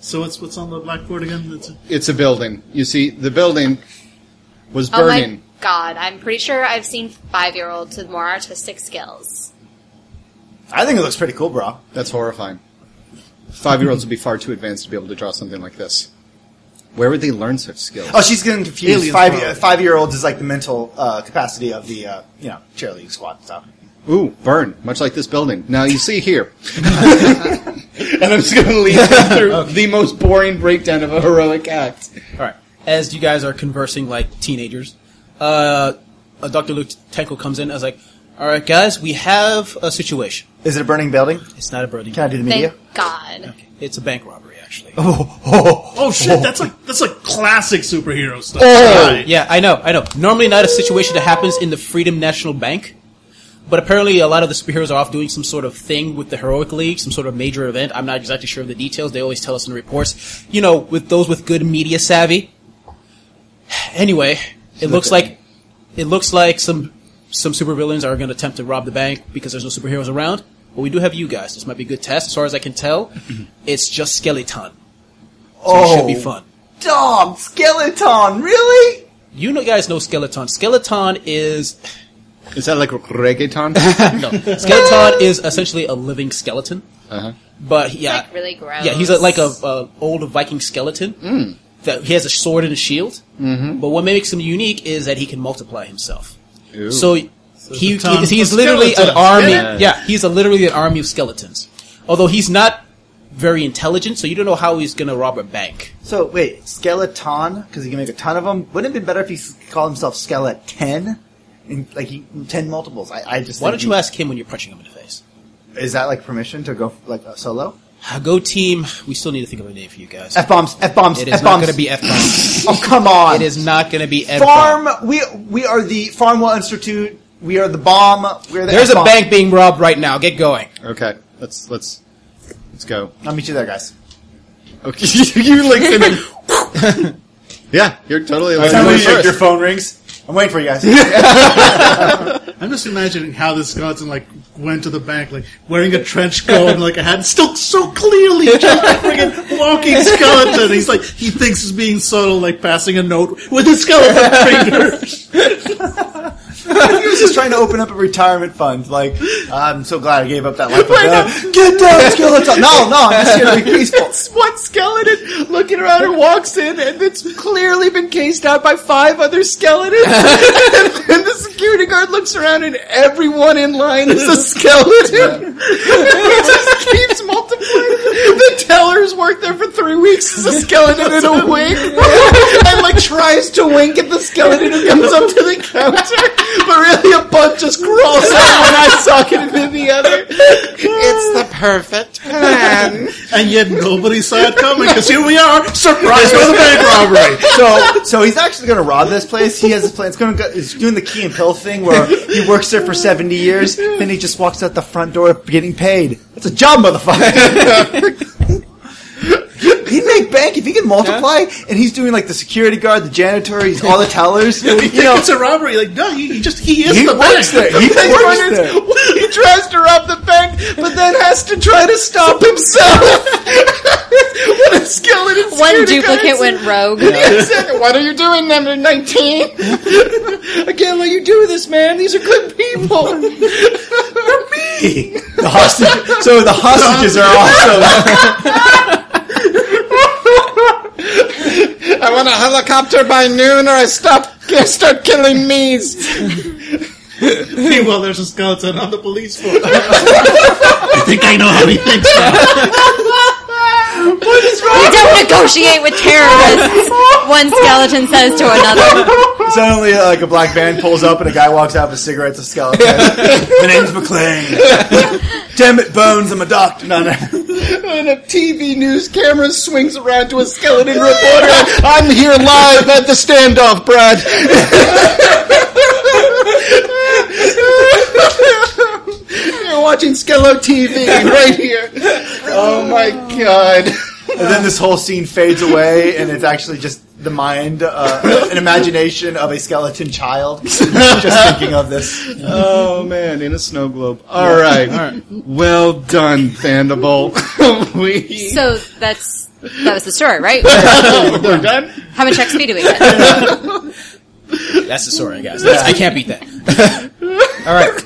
S5: So what's what's on the blackboard again? That's
S6: it's a building. You see, the building was
S2: Oh
S6: burning.
S2: my god, I'm pretty sure I've seen five year olds with more artistic skills.
S4: I think it looks pretty cool, bro.
S6: That's horrifying. Five year olds would be far too advanced to be able to draw something like this. Where would they learn such skills?
S4: Oh, she's getting confused.
S5: Aliens
S4: five
S5: probably.
S4: uh, five year olds is like the mental uh, capacity of the uh, you know cheerleading squad and stuff.
S6: Ooh, burn, much like this building. Now you see here. and I'm just going to lead you through the most boring breakdown of a heroic act.
S3: All right. As you guys are conversing like teenagers, uh, uh, Doctor Luke Tenko comes in. I was like, "All right, guys, we have a situation.
S4: Is it a burning building?
S3: It's not a burning.
S4: Can I do the media?
S2: Thank god.
S3: It's a bank robbery, actually.
S5: oh shit! That's like that's like classic superhero stuff. Right.
S3: Yeah, I know, I know. Normally not a situation that happens in the Freedom National Bank, but apparently a lot of the superheroes are off doing some sort of thing with the Heroic League, some sort of major event. I'm not exactly sure of the details. They always tell us in the reports. You know, with those with good media savvy. Anyway, it looks like it looks like some some supervillains are going to attempt to rob the bank because there's no superheroes around. But we do have you guys. This might be a good test. As far as I can tell, it's just Skeleton. So it should be fun.
S4: Dom skeleton, really?
S3: You know, guys know Skeleton. Skeleton is
S6: Is that like reggaeton?
S3: No, Skeleton is essentially a living skeleton,
S6: Uh-huh.
S3: but yeah,
S2: Like really gross.
S3: yeah, he's a, like a, a old Viking skeleton that he has a sword and a shield. Mm-hmm. But what makes him unique is that he can multiply himself. So he, he-
S5: tons
S3: he's
S5: of
S3: literally an
S5: skeletons.
S3: army.
S5: Yeah.
S3: Yeah. he's a, literally an army of skeletons. Although he's not very intelligent, so you don't know how he's going to rob a bank.
S4: So wait, skeleton because he can make a ton of them. Wouldn't it be better if he s- called himself skeleton? And like he, ten multiples. I, I just
S3: Why
S4: think
S3: don't you
S4: he-
S3: ask him when you're punching him in the face?
S4: Is that like permission to go like uh, solo?
S3: Go team. We still need to think of a name for you guys.
S4: F bombs, f bombs,
S3: It is
S4: f
S3: not
S4: bombs.
S3: going to be F bomb.
S4: oh come on!
S3: It is not going to be F bomb.
S4: farm. We we are the Farmwell Institute. We are the bomb. We're the
S3: There's a
S4: F-bomb.
S3: bank being robbed right now. Get going.
S6: Okay, let's let's let's go.
S4: I'll meet you there, guys.
S6: Okay, you like and then- yeah, you're totally. Like,
S4: phone rings. I'm waiting for you guys.
S5: I'm just imagining how this skeleton like went to the bank, like wearing a trench coat and like a hat, still so clearly just a friggin' walking skeleton. He's like he thinks he's being subtle, like passing a note with his skeleton finger.
S4: he was just trying to open up a retirement fund. Like, I'm so glad I gave up that life. of
S6: Right
S4: death. Get down, skeleton. No, no, I'm just here to be peaceful.
S6: One skeleton looking around and walks in, and it's clearly been cased out by five other skeletons. and the security guard looks around, and everyone in line is a skeleton. it just keeps multiplying. The tellers worked there for three weeks as a skeleton in a wig, and like tries to wink at the skeleton who comes up to the counter, but really a bunch just crawls out one eye socket and then the other. It's the perfect plan.
S5: and yet nobody saw it coming because here we are, surprised by the bank robbery.
S4: So, so he's actually going to rob this place. He has his plan. It's going to. He's doing the key and pill thing where he works there for seventy years, then he just walks out the front door getting paid. That's a job, motherfucker. He'd make bank if he can multiply, and he's doing like the security guard, the janitor, he's all the tellers. You
S5: You
S4: know,
S5: think it's a robbery? Like no, he, he just he is
S4: he
S5: the
S4: works
S5: bank.
S4: there. He works there.
S6: he tries to rob the bank, but then has to try to stop himself. what a skeleton!
S2: One
S6: security
S2: duplicate
S6: guards.
S2: went rogue.
S6: Exactly. What are you doing, number 19? I can't let you do this, man. These are good people.
S7: oh,
S6: They're me.
S4: The hostage. So the hostages are also.
S6: I want a helicopter by noon or I stop, start killing me's.
S5: Meanwhile, there's a skeleton on the police force. I think I know how he thinks. Now.
S2: We don't negotiate with terrorists. One skeleton says to another.
S4: Suddenly, uh, like a black van pulls up, and a guy walks out with cigarettes, a skeleton. My name's McLean. Damn it, Bones! I'm a doctor. No, no.
S6: And a TV news camera swings around to a skeleton reporter. I'm here live at the standoff, Brad. You're watching Skello TV right here. Oh my god.
S4: And then this whole scene fades away, and it's actually just the mind, uh, an imagination of a skeleton child just thinking of this.
S6: Oh man, in a snow globe. All right. Well done, Thunderbolt. we
S2: So that's that was the story, right?
S6: we're done.
S2: How much XP do we get?
S3: That's the story, guys. That's- I can't beat that. All right.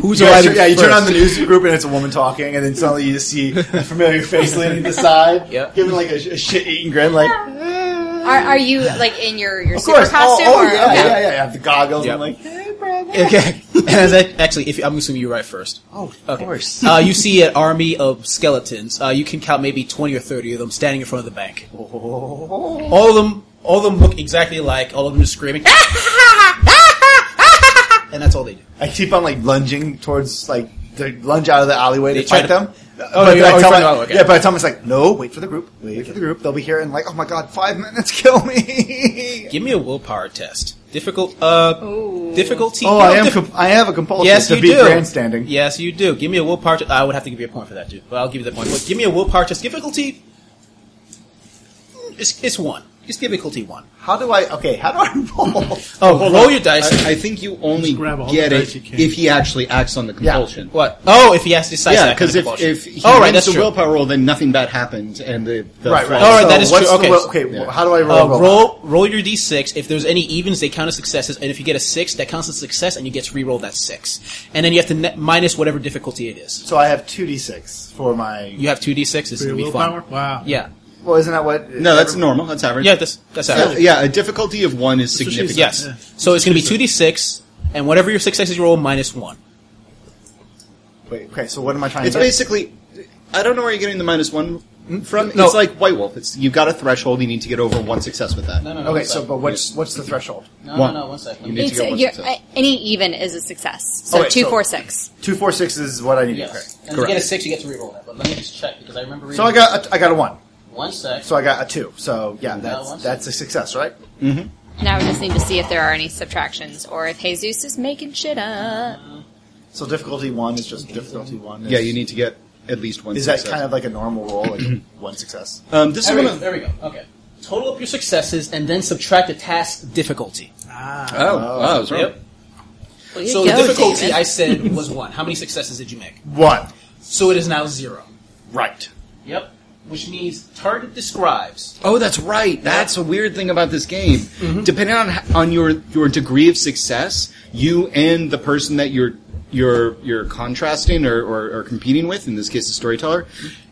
S3: Who's
S4: Yeah,
S3: arriving?
S4: sure, yeah, you turn
S3: first?
S4: on the news group, and it's a woman talking, and then suddenly you just see a familiar face leaning to the side,
S3: Yeah.
S4: giving like a, a shit-eating grin, like.
S2: Are, are you like in your your
S4: Of course.
S2: super costume?
S4: oh, oh,
S2: or,
S4: yeah,
S2: okay.
S4: yeah, yeah, yeah. The goggles.
S3: Yep.
S4: I'm like, hey, brother.
S3: Okay. And as I, actually, if I'm assuming you're right first.
S4: Oh, of
S3: Okay.
S4: course.
S3: Uh, you see an army of skeletons. Uh, you can count maybe twenty or thirty of them standing in front of the bank.
S4: Oh.
S3: All of them, all of them look exactly alike. All of them are screaming, "Ah, and that's all they do.
S4: I keep on like lunging towards like the lunge out of the alleyway to
S3: They try
S4: fight
S3: to-
S4: them.
S3: Oh,
S4: but
S3: you-
S4: then
S3: oh,
S4: I
S3: you
S4: tell
S3: find
S4: my-
S3: out, okay.
S4: yeah, but I tell them it's like, no, wait for the group, wait for the group. They'll be here in like, oh my god, five minutes, kill me.
S3: Give me a willpower test. Difficult. Uh, difficulty.
S4: oh, I
S3: no,
S4: am.
S3: diffi-
S4: Comp- I have a compulsion
S3: Yes,
S4: to
S3: you
S4: beat
S3: do.
S4: grandstanding.
S3: Yes, you do. Give me a willpower. T- I would have to give you a point for that, too. But I'll give you the point. But give me a willpower test. Difficulty. Mm, It's, it's one. It's difficulty one.
S4: How do I? Okay, how do I roll?
S3: Oh, roll your dice.
S8: I, I think you only
S5: grab all
S8: get
S5: the dice
S8: it
S5: you can.
S8: if he actually acts on the compulsion.
S3: what? Oh, if he has to decide.
S8: Yeah, because if, if he
S3: oh, right,
S8: wins
S3: that's
S8: the
S3: true.
S8: willpower roll, then nothing bad happens, and the, the
S4: right, right.
S8: fall-
S3: All right, that is
S4: what's
S3: true.
S4: the
S3: Okay.
S4: will- okay. well, How do I roll?
S3: Uh, roll roll your d6. If there's any evens, they count as successes, and if you get a six, that counts as success, and you get to re-roll that six. And then you have to ne- minus whatever difficulty it is.
S4: So I have two d6 for my.
S3: You have two d6. This is
S5: Your
S3: gonna be fun.
S5: willpower? Wow.
S3: Yeah.
S4: Well, isn't that what?
S6: No, that's normal. That's average.
S3: Yeah, that's that's
S6: Uh,
S3: average.
S6: yeah, a difficulty of one is
S5: what she said.
S6: significant.
S3: Yes.
S5: Yeah.
S3: So it's going to be two d six, and whatever your successes you roll minus one.
S4: Wait, okay, so what am I trying
S6: It's
S4: to? Get?
S6: basically. I don't know where you're getting the minus one from. It's like White Wolf. It's you've got a threshold. You need to get over one success with that.
S3: no,
S4: Okay, so but what's what's the threshold?
S3: no,
S6: One.
S3: one second.
S6: You need to
S2: It's, uh,
S6: get one
S2: your,
S6: success.
S2: any even is a success. So
S4: Oh, wait,
S2: two,
S4: so-
S2: four, six.
S4: Two, four, six is what I need.
S3: Yes.
S4: Okay.
S3: And if you get a six, you get to reroll that. But let me just check because I remember reading
S4: So I got a, I got a one.
S3: one sec.
S4: So I got a two. So yeah,
S3: one's-
S4: that's that's a success, right?
S2: Now we just need to see if there are any subtractions or if Jesus is making shit up.
S4: So difficulty one is just difficulty one. Is,
S6: yeah, you need to get at least one.
S4: Is that
S6: success.
S4: kind of like a normal roll, like one success?
S6: Um, this
S3: There we,
S6: is
S3: go.
S6: one of,
S3: there we go. Okay. Total up your successes and then subtract the task difficulty.
S5: Ah,
S9: Oh, wow, I was wrong.
S3: Yep.
S2: Well,
S3: So the difficulty I said was one. How many successes did you make?
S4: One,
S3: So it is now zero.
S4: right?
S3: Yep. Which means target describes.
S9: Oh, that's right. That's a weird thing about this game. Depending on h- on your your degree of success, you and the person that you're you're you're contrasting or, or, or competing with, in this case, the storyteller,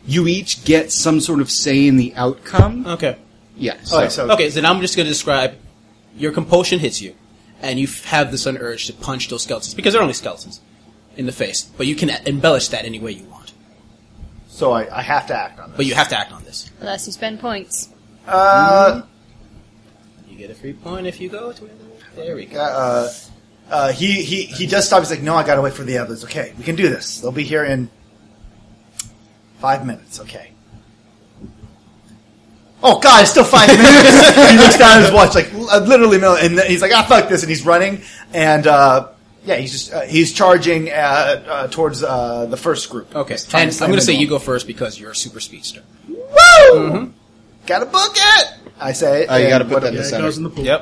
S9: you each get some sort of say in the outcome.
S3: Okay.
S9: yeah.
S4: All
S9: So,
S4: right, so
S3: Okay, so now I'm just going to describe your compulsion hits you, and you f- have this sudden urge to punch those skeletons, because they're only skeletons, in the face. But you can embellish that any way you want.
S4: so I, I have to act on this.
S3: But you have to act on this.
S2: Unless you spend points.
S4: uh,
S3: You get a free point if you go to another. There we go.
S4: uh, uh, he he he does stop. He's like, "No, I gotta wait for the others. Okay, we can do this. They'll be here in five minutes. Okay." Oh God, it's still five minutes. he looks down at his watch, like l- uh, literally, no, and then he's like, "Ah, fuck this," and he's running, and uh, yeah, he's just uh, he's charging uh, uh, towards uh, the first group.
S3: Okay,
S4: He's trying
S3: and
S4: to
S3: I'm going to
S4: slam
S3: say
S4: in.
S3: you Mm-hmm. go first because you're a super speedster.
S4: Woo! Gotta book it. I say.
S6: Oh, you
S4: and
S6: gotta put
S4: what
S6: that
S4: do-
S6: in the
S5: yeah, it
S6: center.
S5: goes in the pool.
S3: Yep.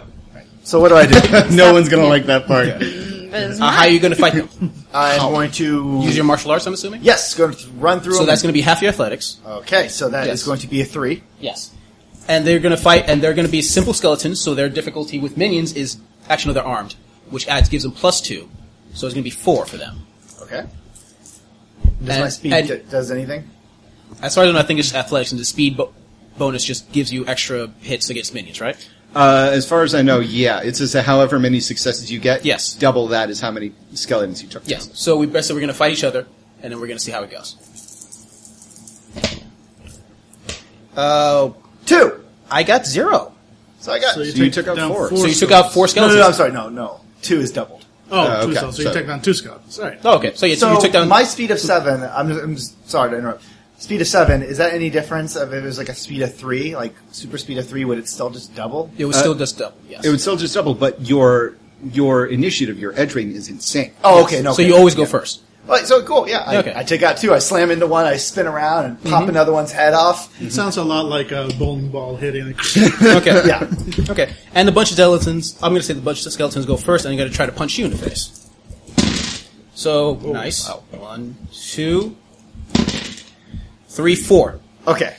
S4: So what do I do?
S6: no one's gonna like that part.
S3: Uh,
S4: Uh-huh.
S3: how are you going to fight them?
S4: I'm going to
S3: Use your martial arts, I'm assuming?
S4: yes, going to run through.
S3: So
S4: him.
S3: that's going to be half your athletics.
S4: Okay, so that is
S3: Yes.
S4: going to be a three.
S3: Yes. And they're going to fight, and they're going to be simple skeletons, so their difficulty with minions is actually no, they're armed, which adds gives them plus two, so it's going to be four for them.
S4: Okay. Does
S3: And-
S4: my speed
S3: and-
S4: d- does anything?
S3: As far as I know, I think it's athletics, and the speed bo- bonus just gives you extra hits against minions, right?
S6: Uh, as far as I know, yeah, it's just however many successes you get.
S3: Yes.
S6: double that is how many skeletons you took.
S3: Yes. So we best we're going to fight each other, and then we're going to see how it goes. Uh,
S4: Two.
S3: I got zero.
S4: So I got.
S5: So you,
S6: So
S5: take
S6: you took out
S5: down
S6: four.
S5: four.
S3: So you took out
S4: no,
S3: four
S4: no,
S3: skeletons.
S4: no, I'm sorry. No, no. Two is doubled.
S5: Oh,
S6: Uh,
S5: two
S6: okay,
S5: skeletons. So,
S6: so-
S5: you took down two skeletons. All right.
S3: Oh, okay. So you,
S4: So
S3: you took down
S4: my speed of seven. I'm, just- I'm just- sorry to interrupt. Speed of seven. Is that any difference of if it was like a speed of three, like super speed of three? Would it still just double?
S3: It was still just double. Yes.
S6: It would still just double, but your your initiative, your edge rating is insane.
S4: Oh, okay. No.
S3: so
S4: okay.
S3: you always go first.
S4: All right, so cool. Yeah. I,
S3: Okay. Mm-hmm.
S4: I take out two. I slam into one. I spin around and pop another one's head off.
S5: It sounds a lot like a bowling ball hitting. Like,
S3: Okay.
S4: Yeah.
S3: Okay. And the bunch of skeletons. I'm going to say the bunch of skeletons go first, and I'm going to try to punch you in the face. So
S5: Oh,
S3: nice. One, two, three, four.
S4: Okay.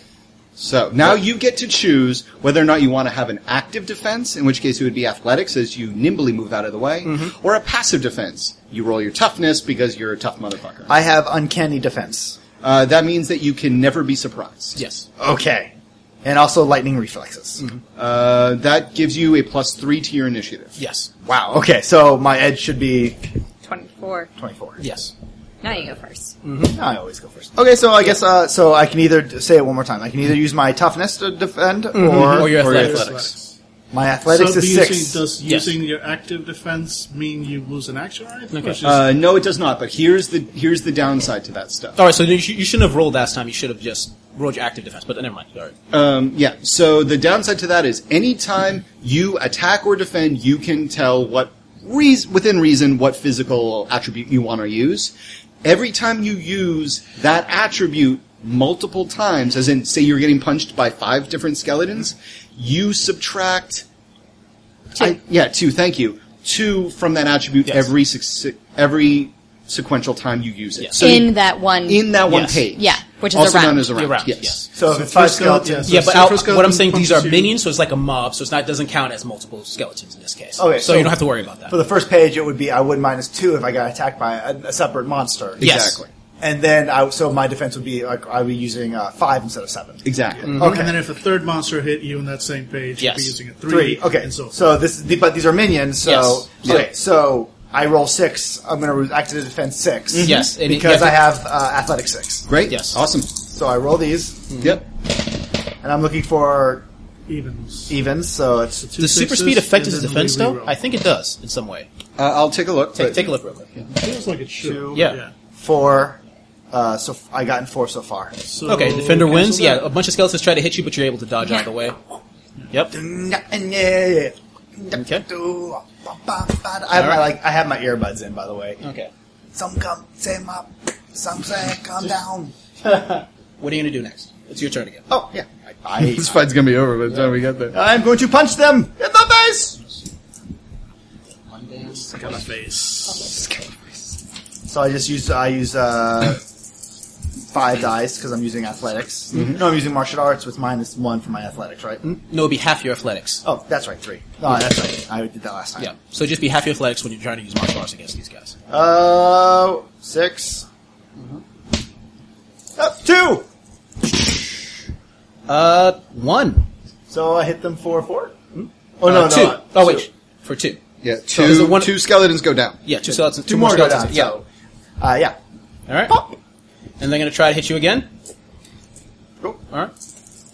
S6: So now you get to choose whether or not you want to have an active defense, in which case it would be athletics as you nimbly move out of the way, or a passive defense. You roll your toughness because you're a tough motherfucker.
S4: I have uncanny defense.
S6: Uh, that means that you can never be surprised.
S3: Yes.
S4: Okay. And also lightning reflexes.
S3: Mm-hmm.
S6: Uh, that gives you a plus three to your initiative.
S3: Yes.
S4: Wow. Okay. So my edge should be
S2: 24.
S4: 24.
S3: Yes.
S2: Now you go first.
S4: I always go first. Okay. So I guess uh, so I can either d- say it one more time. I can either use my toughness to defend
S6: Mm-hmm.
S4: or,
S3: Or your athletics.
S4: my athletics
S5: so do
S4: is
S5: you
S4: six.
S5: think- does
S3: Yes.
S5: using your active defense mean you lose an action or anything?
S3: Okay.
S5: Or it's just-
S6: Uh, no, it does not. But here's the here's the downside to that stuff.
S5: Oh,
S3: All right. So you, sh- you shouldn't have rolled last time. You should have just rolled your active defense. But never mind. All right.
S6: Um, yeah. So the downside to that is anytime you attack or defend, you can tell what reas within reason what physical attribute you want to use. Every time you use that attribute multiple times, as in say you're getting punched by five different skeletons, you subtract. I- yeah, two. Thank you. Two from that attribute
S3: Yes.
S6: every suc- every sequential time you use it.
S3: Yes.
S6: So
S2: in that one.
S6: in that one
S3: Yes.
S6: page.
S2: Yeah, which is
S6: also
S2: a round.
S6: known as a round.
S3: You're round.
S6: Yes.
S3: Yes.
S4: so if it's five
S5: skeleton-
S4: skeletons.
S5: yeah,
S3: yeah,
S5: so
S3: but
S5: so
S3: out,
S5: first
S3: what
S5: skeleton
S3: I'm saying, these are
S5: punches you.
S3: minions, so it's like a mob, so it's not doesn't count as multiple skeletons in this case.
S4: Okay,
S3: so,
S4: so-
S3: you don't have to worry about that.
S4: For the first page, it would be I would minus two if I got attacked by a, a separate monster.
S3: yes.
S6: Exactly.
S4: and then I, so my defense would be like I would be using uh, five instead of seven.
S3: Mm-hmm.
S6: Exactly.
S4: Okay.
S5: And then if a third monster hit you on that same page,
S3: Yes.
S5: you'd be using a three.
S4: three. Okay,
S5: And so, forth.
S4: so this is the, but these are minions. So
S3: Yes.
S4: okay, so I roll six. I'm going to act to defense 6
S3: Mm-hmm. Yes, and it-
S4: because
S3: yeah,
S4: I have uh, athletic six.
S6: Great.
S3: Yes.
S6: Awesome.
S4: So I roll these,
S6: Yep.
S4: and I'm looking for
S5: evens.
S4: evens. So it's
S5: Two
S3: Does super
S5: sixes,
S3: speed affect
S5: and
S3: his
S5: then we
S3: defense though?
S5: reroll.
S3: I think it does in some way.
S6: Uh, I'll take a look.
S3: Take,
S6: but-
S3: take a look real quick.
S5: feels like it should.
S4: Two.
S3: Yeah.
S4: four. Uh, so f- I gotten four so far.
S5: So
S3: Okay, defender
S5: cancel
S3: wins.
S5: that.
S3: Yeah, a bunch of skeletons try to hit you, but you're able to dodge out of the way. Yep.
S4: Okay.
S3: Okay.
S4: I have my like I have my earbuds in by the way.
S3: Okay.
S4: Some come say my some say calm down.
S3: What are you gonna do next? It's your turn again.
S4: Oh yeah. I,
S6: This fight's gonna be over by the time we get there.
S4: I I'm going to punch them in the face.
S5: Got a face.
S4: So I just use I use uh, five dice because I'm using athletics.
S3: Mm-hmm.
S4: No, I'm using martial arts with minus one for my athletics, right?
S3: No, it'd be half your athletics.
S4: Oh, that's right, three. No, that's right. I did that last time.
S3: Yeah. So just be half your athletics when you're trying to use martial arts against these guys.
S4: Uh, 6
S3: Mm-hmm.
S4: Uh, two.
S3: Uh, one.
S4: So I hit them four, four. Oh no, no.
S3: Uh, two. oh wait,
S4: two.
S3: for two.
S6: Yeah,
S3: is
S6: two
S3: it one-
S6: two skeletons go down.
S3: Yeah, two skeletons. Two,
S4: two more go
S3: skeletons.
S4: down.
S3: Yeah.
S4: So, uh, yeah.
S3: All right. And they're gonna try to hit you again.
S4: Go.
S3: All right.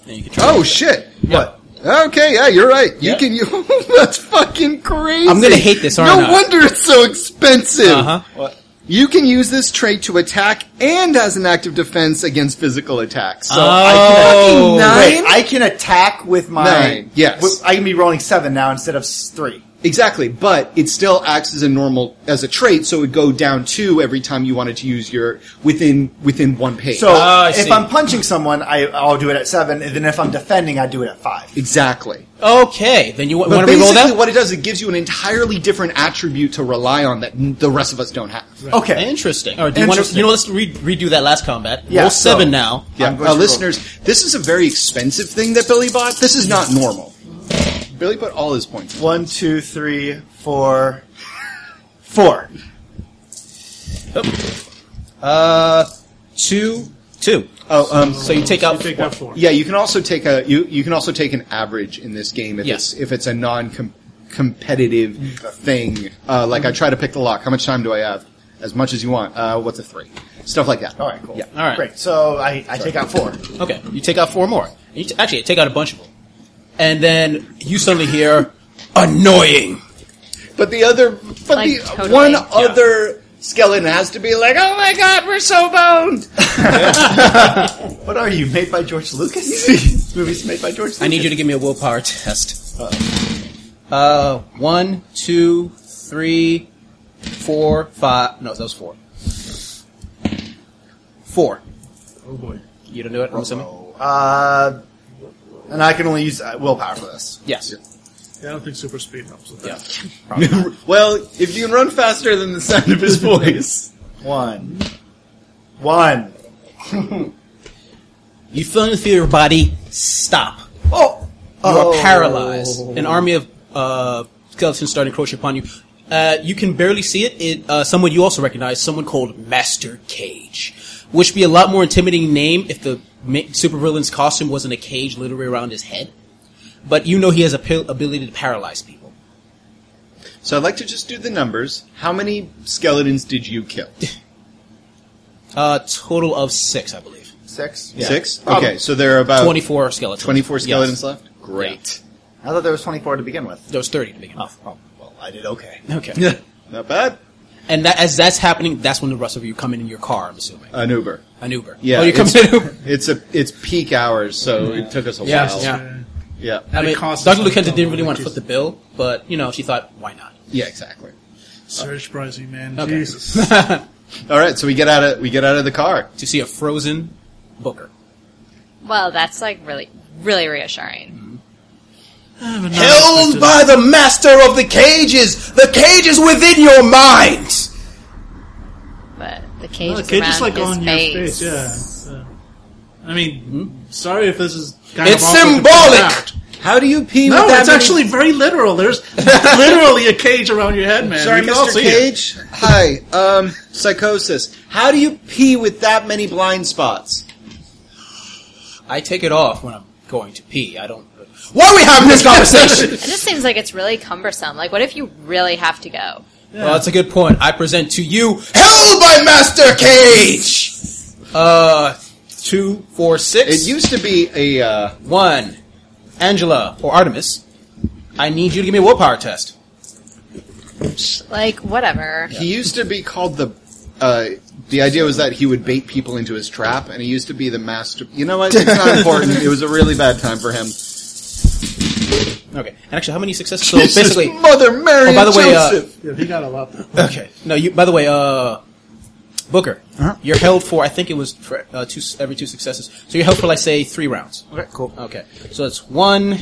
S3: And you can try.
S6: Oh shit!
S3: What?
S6: Okay, yeah, you're right. You
S3: Yeah.
S6: can you. that's fucking crazy.
S3: I'm gonna hate this, aren't
S6: no
S3: I?
S6: wonder it's so expensive.
S3: Uh huh.
S6: You can use this trait to attack and as an active defense against physical attacks. So
S3: oh.
S4: uh, Wait, I can attack with my.
S6: Nine, yes.
S4: with- I can be rolling seven now instead of s- three.
S6: exactly, but it still acts as a normal as a trait, so it would go down two every time you wanted to use your within within one page.
S4: So
S3: Ah, I
S4: if
S3: see.
S4: I'm punching someone, I, I'll do it at seven, and then if I'm defending, I do it at five.
S6: exactly.
S3: Okay. Then you want
S6: But
S3: to re-roll
S6: basically,
S3: that?
S6: what it does, it gives you an entirely different attribute to rely on that n- the rest of us don't have.
S4: Okay.
S3: Interesting. All right. Do you want to?
S4: Interesting.
S3: You know, let's re- redo that last combat.
S4: Yeah,
S3: Roll seven
S4: so-
S3: now.
S6: Yeah,
S4: I'm going to
S6: uh, listeners, this is a very expensive thing that Billy bought. This is not normal. Billy put all his points. in.
S4: One, two, three, four, four.
S3: Uh, two, two.
S6: Oh, um,
S3: So you take out.
S5: Take that four.
S6: yeah. You can also take a you you can also take an average in this game if
S3: Yes.
S6: it's if it's a non competitive thing. Uh, like I try to pick the lock. How much time do I have? As much as you want. Uh, what's a three? Stuff like that.
S4: All right, cool.
S6: Yeah.
S3: All right.
S4: Great. So I, I take out four.
S3: Okay, you take out four more. You t- actually, take out a bunch of them, and then you suddenly hear annoying.
S6: But the other, but
S2: Like,
S6: the
S2: totally.
S6: one
S2: Yeah.
S6: other skeleton has to be like, oh my god, we're so boned.
S4: What are you made by George Lucas? These movies made by George. Lucas.
S3: I need you to give me a willpower test. Uh, one, two, three, four, five. No, that was four. Four.
S5: Oh boy.
S3: You don't do it. I'm assuming.
S4: Uh, and I can only use uh, willpower for this.
S3: Yes.
S5: Yeah, I don't think super speed helps with
S3: Yeah.
S5: that.
S6: well, if you can run faster than the sound of his voice.
S4: One, one.
S3: You feel feel your body stop.
S4: Oh,
S3: You are paralyzed. An army of uh, skeletons start encroaching upon you. Uh, you can barely see it. it uh, someone you also recognize, someone called Master Cage, which would be a lot more intimidating name if the ma- supervillain's costume wasn't a cage literally around his head. But you know he has a pil- ability to paralyze people.
S6: So I'd like to just do the numbers. How many skeletons did you kill?
S3: Uh, total of six, I believe.
S4: Six.
S6: Six. Okay, so there are
S4: Uh,
S6: about
S3: 24 skeletons.
S6: 24
S3: Yes.
S6: skeletons left. Great,
S4: I thought there was twenty-four to begin with.
S3: There was 30 to begin with.
S4: Oh, well, I did okay.
S3: Okay.
S6: not bad.
S3: And that, as that's happening, that's when the rest of you come in in your car, I'm assuming.
S6: An Uber.
S3: An Uber.
S6: Yeah,
S3: Oh, you come
S6: it's-
S3: in an Uber.
S6: It's a it's peak hours, so it took us a
S3: Yeah,
S6: while.
S3: yeah.
S5: Uh,
S6: yeah,
S5: And
S3: I
S5: it
S3: mean,
S5: costs
S3: Dr.
S5: us
S3: Lucenta didn't really
S5: $100
S3: want to foot the bill, but you know, she thought, why not?
S6: Yeah, exactly.
S5: Surge pricing, man.
S3: Okay.
S5: Jesus.
S6: All right, so we get out of we get out of the car.
S3: To see a frozen Booker.
S2: Well, that's like really, really reassuring.
S5: Held
S3: by the master of the cages! The cages within your mind!
S2: But the cage
S5: the
S2: is
S5: cage
S2: around
S5: is like
S2: his
S5: on
S2: face.
S5: your face. Yeah. So, I mean, sorry if this is kind
S3: It's
S5: of awkward to point
S3: symbolic!
S5: out.
S6: How do you pee?
S5: No,
S6: with that
S5: it's
S6: many-
S5: actually very literal. There's literally a cage around your head, man.
S6: Sorry,
S5: We can all
S6: Mr.
S5: see it.
S6: Cage. Hi. Um, psychosis. How do you pee with that many blind spots?
S3: I take it off when I'm going to pee. I don't. Why are we having this conversation?
S2: It just seems like it's really cumbersome. Like, what if you really have to go?
S3: Well, that's a good point. I present to you
S6: Hell by Master Cage.
S3: uh two, four, six.
S8: It used to be a uh,
S3: One, Angela or Artemis. I need you to give me a willpower test.
S2: Like, whatever.
S8: he used to be called the. Uh, the idea was that he would bait people into his trap, and he used to be the master. You know what? It's not important. It was a really bad time for him.
S3: Okay. And actually, how many successes? So basically,
S8: Mother Mary.
S3: Oh, by the
S8: and
S3: way, uh,
S8: Joseph.
S5: Yeah, he got a lot. Though.
S3: okay. No, you. By the way, uh, Booker,
S5: Uh-huh.
S3: you're held for. I think it was for, uh, two every two successes. So you're held for, like, say, three rounds. Okay. Cool. Okay. So it's one,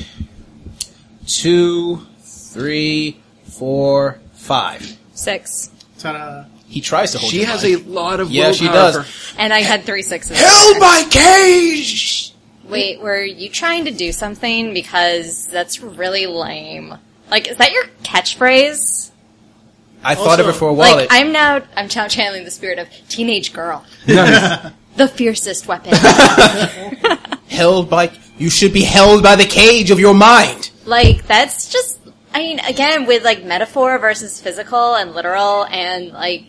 S3: two, three, four, five.
S2: Six.
S5: Ta-da.
S3: He tries to hold.
S8: she
S3: your
S8: has
S3: line.
S8: a lot of.
S3: Yeah, she
S8: willpower
S3: does.
S8: for-
S2: And I had three sixes.
S6: Hell by Cage.
S2: Wait, were you trying to do something? Because that's really lame. Like, is that your catchphrase?
S3: I thought of it
S5: Also-
S3: for a while.
S2: like,
S3: It-
S2: I'm now, I'm now channeling the spirit of teenage girl. the fiercest weapon.
S3: held by. You should be held by the cage of your mind.
S2: like, that's just, I mean, again, with like metaphor versus physical and literal and like,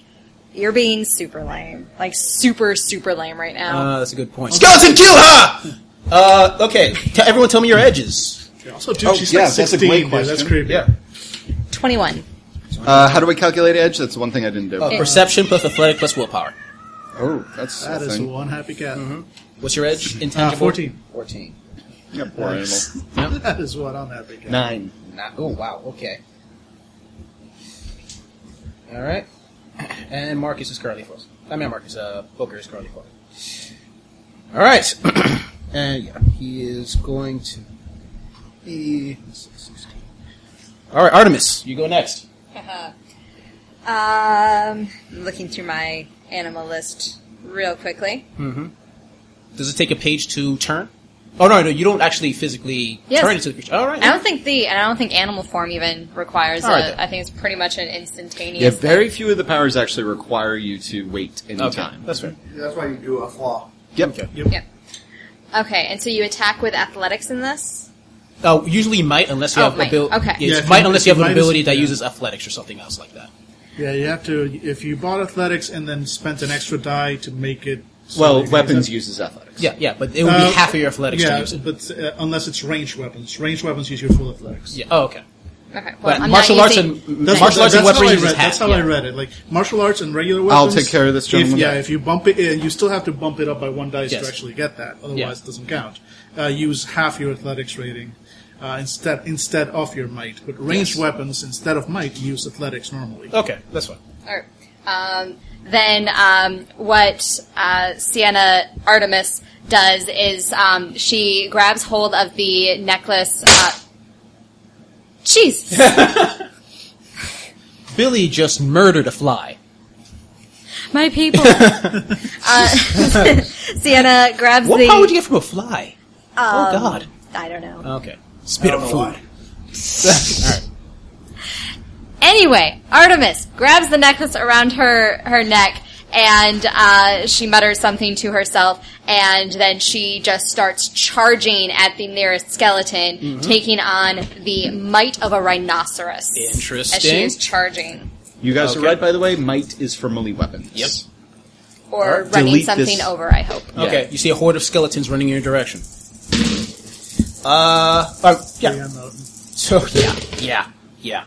S2: you're being super lame. Like, super, super lame right now.
S3: Uh, that's a good point. Skeleton, kill her. Uh, okay. T- everyone, tell me your edges.
S5: Also, dude, she's
S8: yeah,
S5: like
S8: that's a
S5: 16.
S8: great
S5: dude. That's
S8: question.
S5: creepy.
S2: 21.
S8: Uh, how do we calculate edge? That's one thing I didn't do.
S5: Oh.
S3: Uh, perception plus athletic plus willpower.
S8: Oh, that's
S5: That
S8: a
S5: is
S8: thing.
S5: one happy cat.
S3: What's your edge?
S5: Uh,
S3: Intangible.
S5: 14.
S3: Fourteen.
S8: Yeah, poor animal.
S5: That is one unhappy cat.
S8: Nine.
S3: Nah, oh wow. Okay. All right. And Marcus is currently first. I mean, Marcus. Uh, Booker is currently first. All right. and yeah, he is going to. be- All right, Artemis, you go next.
S2: Um, looking through my animal list real quickly.
S3: Does it take a page to turn? Oh no, no, you don't actually physically
S2: Yes.
S3: turn into the creature. All right.
S2: I don't think the and I don't think animal form even requires
S3: All right,
S2: it.
S3: then.
S2: I think it's pretty much an instantaneous.
S8: Yeah, very few of the powers actually require you to wait any
S3: Okay,
S8: time.
S3: that's fair.
S4: That's why you do a flaw.
S8: Yep.
S2: Okay, and so you attack with athletics in this.
S3: Uh, usually might unless you
S2: Oh,
S3: have
S2: might.
S3: ability.
S2: Okay.
S3: Yeah,
S5: Yeah,
S3: it's
S5: if
S3: might
S5: you-
S3: unless you have an
S5: might is-
S3: ability that
S5: yeah.
S3: uses athletics or something else like that.
S5: Yeah, you have to. If you bought athletics and then spent an extra die to make it. so
S8: Well,
S5: that it
S8: weapons
S5: makes
S8: uses athletics.
S3: Yeah, yeah, but it would
S5: Uh,
S3: be half of your
S5: sense.
S3: athletics to use
S5: Yeah,
S3: it.
S5: but uh, unless it's ranged weapons, ranged weapons use your full athletics.
S3: Yeah. Oh, okay.
S2: Okay, well,
S3: But
S2: I'm
S3: martial
S2: not
S3: arts
S2: using-
S3: and martial arts and
S5: that's how
S3: weaponry
S5: I
S3: uses
S5: read-
S3: half.
S5: That's how
S3: yeah.
S5: I read it. Like martial arts and regular
S8: I'll
S5: weapons.
S8: take care of this
S5: If,
S8: gentleman.
S5: yeah, if you bump it, in, you still have to bump it up by one dice
S3: Yes.
S5: to actually get that. Otherwise,
S3: Yeah.
S5: it doesn't count. Uh, use half your athletics rating uh, instead instead of your might. But ranged weapons instead of might, use athletics normally.
S3: Okay, that's fine.
S2: All right. Um, then um, what uh, Sienna Artemis does is um, she grabs hold of the necklace. Uh, Jesus.
S3: Billy just murdered a fly.
S2: My people. uh, Sienna grabs
S3: What
S2: the. Um,
S3: power would you get from a fly? oh God.
S2: I don't know.
S3: Okay. Spit up food. All right.
S2: Anyway, Artemis grabs the necklace around her her neck, and uh, she mutters something to herself, and then she just starts charging at the nearest skeleton,
S8: Mm-hmm.
S2: taking on the might of a rhinoceros. As she
S3: Interesting.
S2: is charging
S8: You guys are
S3: Okay.
S8: right, by the way. Might is for melee weapons.
S3: Yep.
S2: or
S8: Alright,
S2: running
S8: delete
S2: something
S8: this. Oh.
S2: over. I hope.
S3: Okay. You see a horde of skeletons running in your direction. Uh. uh, yeah.
S5: Yeah, no.
S3: So yeah. Yeah. Yeah.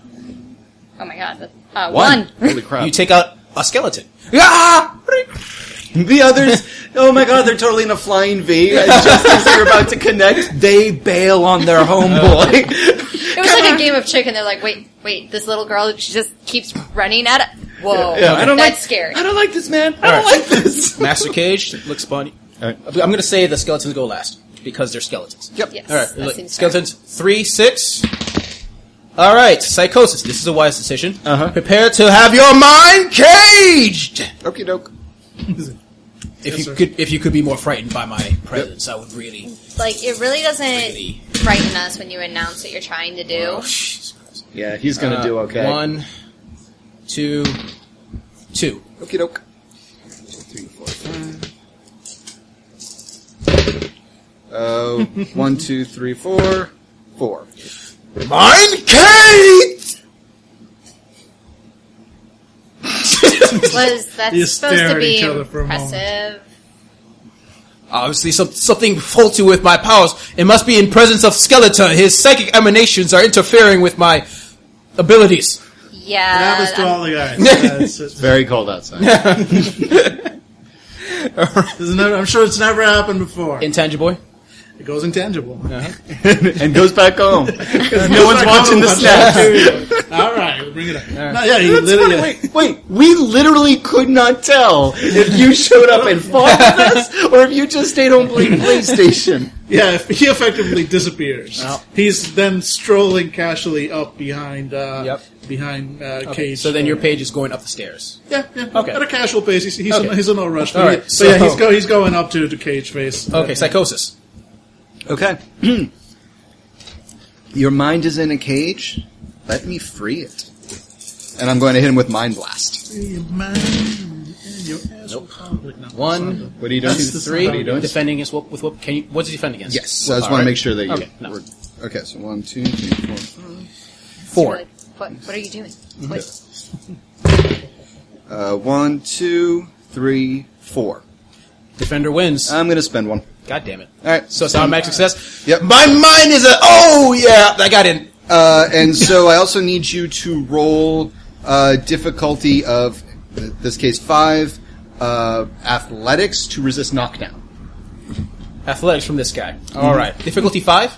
S2: Oh my god. Uh, one.
S8: Holy crap.
S3: You take out a skeleton.
S6: Ah!
S8: the others. Oh my god, they're totally in a flying V. And just as they're about to connect,
S6: They bail on their homeboy.
S2: it was like a game of chicken. They're like, wait, wait, this little girl, she just keeps running at it. Whoa,
S8: I don't
S2: that's scary.
S8: I don't like this man. I
S3: All
S8: don't
S3: right.
S8: like this.
S3: Master Cage looks funny.
S8: Alright.
S3: I'm going to say the skeletons go last because they're skeletons.
S8: Yep.
S2: Yes,
S3: All right,
S2: that
S3: look,
S2: seems fair.
S3: skeletons three six. All right, psychosis. This is a wise decision.
S8: Uh-huh.
S3: Prepare to have your mind caged.
S8: Okie doke.
S3: If you could, if you could be more frightened by my presence, I would really,
S2: Like it really doesn't
S3: really
S2: frighten us when you announce what you're trying to do.
S6: Yeah, he's gonna do okay.
S3: One, two, two.
S6: Okie doke.
S10: Uh, one, two, three, four, four.
S4: Mine Kate!
S2: Was that
S5: You
S2: supposed
S5: stare
S2: to
S5: at
S2: be
S5: each other for a moment.
S2: impressive?
S3: Obviously, some, something faulty with my powers. It must be in presence of Skeleton. His psychic emanations are interfering with my abilities.
S2: Yeah. um,
S5: Happens to all the guys. Yeah, it's- it's-
S6: Very cold outside.
S5: it's never- I'm sure it's never happened before.
S3: Intangible.
S5: It goes intangible.
S3: Uh-huh.
S6: and goes back home. no one's watching the
S5: Yeah.
S6: snaps.
S5: all right, we'll bring it up. No, yeah, he literally.
S6: Wait, wait, we literally could not tell if you showed up and fought with us or if you just stayed home playing PlayStation.
S5: Yeah, if he effectively disappears. He's then strolling casually up behind uh,
S3: Yep.
S5: behind uh,
S3: Okay,
S5: Cage.
S3: so then your
S5: page.
S3: page is going up the stairs.
S5: Yeah, yeah.
S3: Okay.
S5: At a casual pace. He's, he's,
S3: Okay.
S5: in, he's in no rush.
S3: All right,
S5: But yeah,
S3: so-
S5: he's, go, he's going up to, to Cage face.
S3: Okay, psychosis.
S10: Okay.
S6: Your mind is in a cage. Let me free it. And I'm going to hit him with Mind Blast.
S3: One,
S6: What are you doing?
S5: That's the
S3: three.
S6: What are you doing?
S3: Defending against whoop with whoop. Can you? What does he defend against?
S6: Yes, so I just want to make sure that you.
S3: Okay, no.
S6: were- okay, so one, two, three, four.
S3: Four.
S2: Like, what, what are you doing? What?
S6: Mm-hmm. Uh, one, two, three, four.
S3: Defender wins.
S6: I'm going to spend one.
S3: God damn it.
S6: All right.
S3: So it's automatic success.
S6: Yep.
S3: My mind is a. Oh yeah, I got in.
S6: Uh, and so I also need you to roll uh, difficulty of, in this case, five uh, athletics to resist knockdown.
S3: Athletics from this guy. All right. Difficulty five.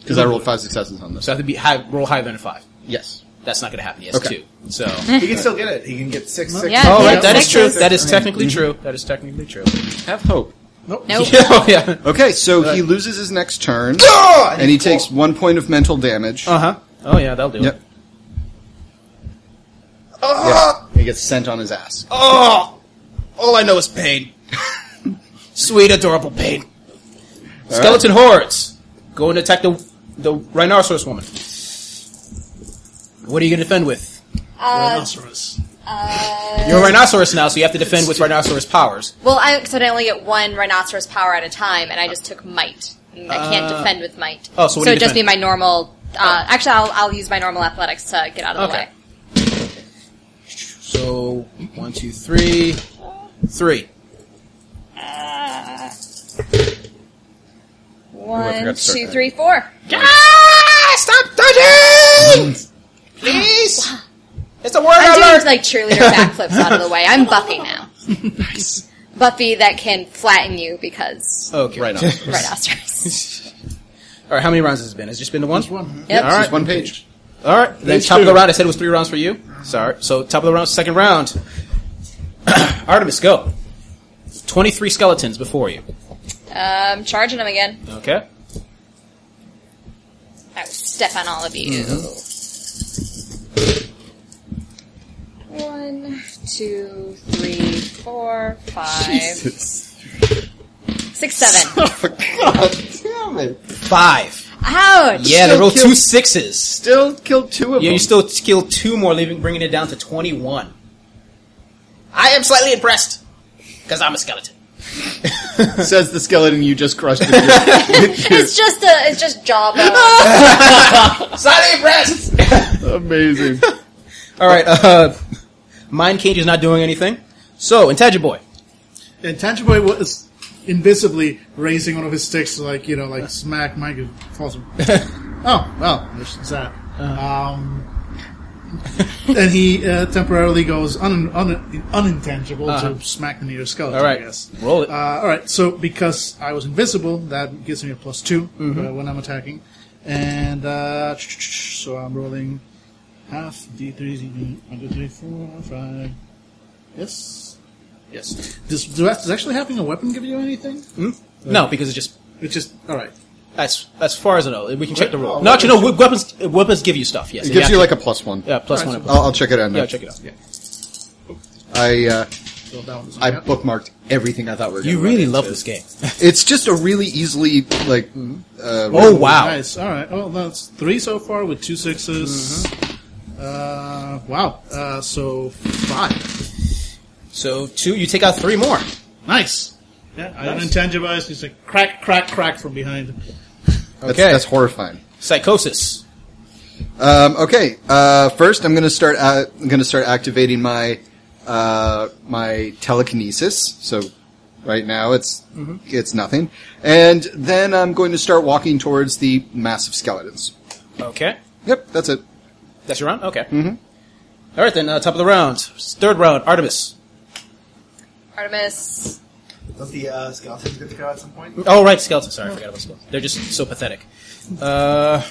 S6: Because I rolled five successes on this.
S3: So I have to be high, roll higher than a five.
S6: Yes.
S3: That's not going to happen. He has
S6: Okay.
S3: two. So.
S4: He can still get it. He can get six, six.
S2: Yeah,
S3: All
S2: yeah,
S3: Oh, right. That is true.
S2: sixes.
S3: That is technically true. That is technically true.
S6: Have hope.
S2: Nope.
S3: oh yeah.
S6: Okay, so he loses his next turn, and he takes one point of mental damage.
S3: Uh huh. Oh yeah, that'll do
S6: Yep.
S3: it.
S6: He gets sent on his ass.
S3: Oh. All I know is pain. Sweet, adorable pain. Skeleton hordes. Go and attack the the rhinoceros woman. What are you going to defend with?
S5: Rhinoceros.
S3: You're a rhinoceros now, so you have to defend with rhinoceros powers.
S2: Well, I, so I only get one rhinoceros power at a time, and I just took might. And I can't defend with might.
S3: oh, so what do you
S2: it'd just be
S3: defend?
S2: my normal. Uh, actually, I'll, I'll use my normal athletics to get out of
S3: Okay.
S2: the way.
S3: So one, two, three, three.
S2: One, two, three, four.
S3: Ah, stop touching! Please, it's a word
S2: I'm doing
S3: alert.
S2: like cheerleader backflips out of the way. I'm Buffy now. Buffy that can flatten you because
S3: Okay, right now.
S2: rhinoceros.
S3: All right, how many rounds has it been? Has it just been the one? one.
S2: Yep.
S3: All right,
S6: One page.
S3: all right. Then
S5: There's
S3: top of the
S5: two.
S3: round. I said it was three rounds for you. Sorry. So top of the round, second round. Artemis, go. Twenty-three skeletons before you.
S2: Um, charging them again.
S3: Okay.
S2: I would step on all of you.
S3: Mm-hmm.
S2: One, two, three, four, five, six, seven.
S3: Five.
S2: Ouch!
S3: Yeah, they rolled two sixes.
S6: Still killed two of
S3: Yeah,
S6: them.
S3: you still kill two more, leaving bringing it down to twenty-one. I am slightly impressed because I'm a skeleton.
S6: Says the skeleton you just crushed. with your-
S2: It's just a, it's just jawbone.
S3: Slightly impressed.
S6: Amazing.
S3: All right, uh, mind cage is not doing anything. So, Intangiboy.
S5: And Tangiboy was invisibly raising one of his sticks, to, like you know, like smack Mike and falls. oh well, there's that. Um, and he uh, temporarily goes un, un, unintangible to smack the nearest skeleton.
S3: Uh-huh. All right,
S5: I guess.
S3: roll it.
S5: Uh, all right. So because I was invisible, that gives me a plus 2
S3: Mm-hmm.
S5: uh, when I'm attacking, and uh, so I'm rolling half d3, d3, one, two, three, four, five. Yes. Yes. Does, does actually having a weapon give you anything?
S3: Hmm? no, because it's just
S5: It's just all right.
S3: as as far as I know, we can check the roll.
S5: Oh,
S3: no, actually, no. we- Weapons uh, weapons give you stuff. Yes,
S6: It gives
S3: yeah,
S6: you like a plus one.
S3: yeah, plus one.
S6: I'll, I'll check it out.
S3: yeah,
S6: now.
S3: check it out. Yeah.
S6: I uh,
S5: So that one's
S6: I bookmarked everything I thought we were.
S3: You
S6: gonna run
S3: really
S6: into.
S3: love this game.
S6: It's just a really easily like. Uh,
S3: Oh wow!
S5: Nice. All right. Oh, that's three so far with two sixes. Uh, wow. Uh, so five.
S3: So two, you take out three more.
S5: Nice. Yeah, I nice. intangibilized. He's like crack, crack, crack from behind.
S6: that's,
S3: okay.
S6: that's horrifying.
S3: Psychosis.
S6: Um, okay, uh, first I'm gonna start. Uh, I'm gonna start activating my uh, my telekinesis. So right now it's
S3: Mm-hmm.
S6: it's nothing, and then I'm going to start walking towards the massive skeletons.
S3: Okay,
S6: Yep, that's it.
S3: that's your round. Okay. Mm-hmm. All right then. Uh, top of the round. Third round. Artemis.
S2: Artemis.
S4: Does the uh, skeletons get to go at some point?
S3: Oh right, skeleton. Sorry, I forgot about skeleton. They're just so pathetic. Uh,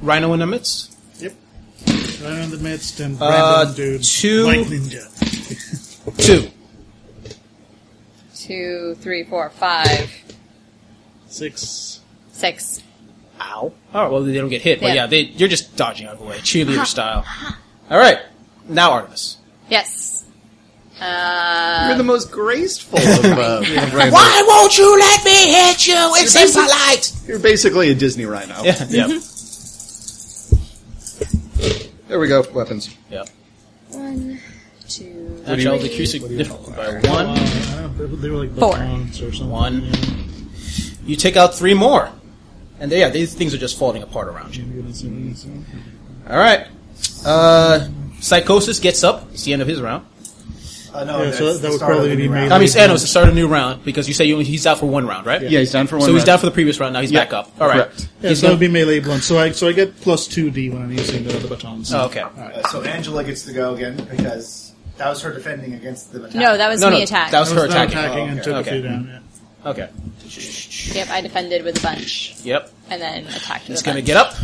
S3: Rhino in the midst.
S5: Yep. Right in the midst and
S3: Uh,
S5: random dude.
S3: two-
S5: Like ninja.
S3: Two.
S2: Two, three, four, five,
S5: Six.
S2: six.
S3: Ow. All right. Oh, Well, they don't get hit, but
S2: Yeah.
S3: yeah, they, you're just dodging out of the way, cheerleader style. All right. Now Artemis.
S2: Yes.
S8: You're the most graceful of uh, rhinos.
S3: Why won't you let me hit you? It's impolite.
S8: You're basically a Disney rhino.
S3: Yeah. Yeah.
S6: There we go. Weapons.
S3: yeah.
S2: One, two,
S3: That shall decrease it by
S5: Uh,
S3: one.
S5: I don't know, they- they were like
S2: Four.
S5: batons or something.
S3: One. You take out three more. And they, yeah, these things are just falling apart around you. All right. Uh, Psychosis gets up. It's the end of his round.
S4: Uh,
S5: Yeah,
S4: no,
S5: so that would probably be
S4: made.
S5: melee.
S3: I mean, it's- uh, no, it's the start of a new round because you say you, he's out for one round, right?
S8: Yeah, he's down for one.
S3: So he's
S8: round.
S3: down for the previous round. Now he's back up. All right.
S8: Correct.
S5: Yeah,
S3: He's
S5: so that
S3: gonna-
S5: would be melee blunt. So I so I get plus two D when I'm using the, the batons.
S3: Oh, okay.
S4: Uh, so Angela gets to go again because that was her defending against the attack.
S2: No, that was
S3: No,
S2: me
S3: no,
S2: attack.
S3: that was-
S5: I was
S3: her
S5: not
S3: attacking. Oh,
S5: attacking and took
S3: Okay.
S5: a few down. Yeah.
S3: Okay.
S2: yep, I defended with a bunch
S3: Yep.
S2: and then attacked with
S3: He's
S2: a
S3: gonna
S2: bunch.
S3: get up.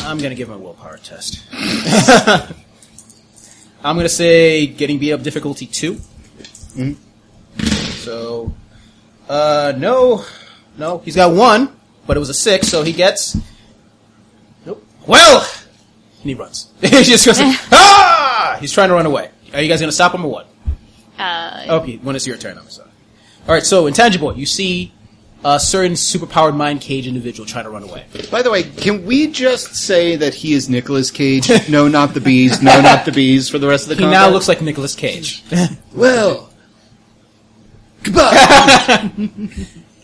S3: I'm gonna give him a willpower test. I'm gonna say getting beat up difficulty 2 So, uh, no, no, he's got one, but it was a six, so he gets. Nope. Well, and he runs. he just goes ah! He's trying to run away. Are you guys gonna stop him or what?
S2: Uh,
S3: Okay, when it's your turn, I'm sorry. All right, so intangible. You see a certain superpowered mind cage individual trying to run away.
S8: By the way, can we just say that he is Nicolas Cage? no, not the bees. No, not the bees. For the rest of the
S3: He now
S8: combat?
S3: looks like Nicolas Cage.
S8: well. Goodbye.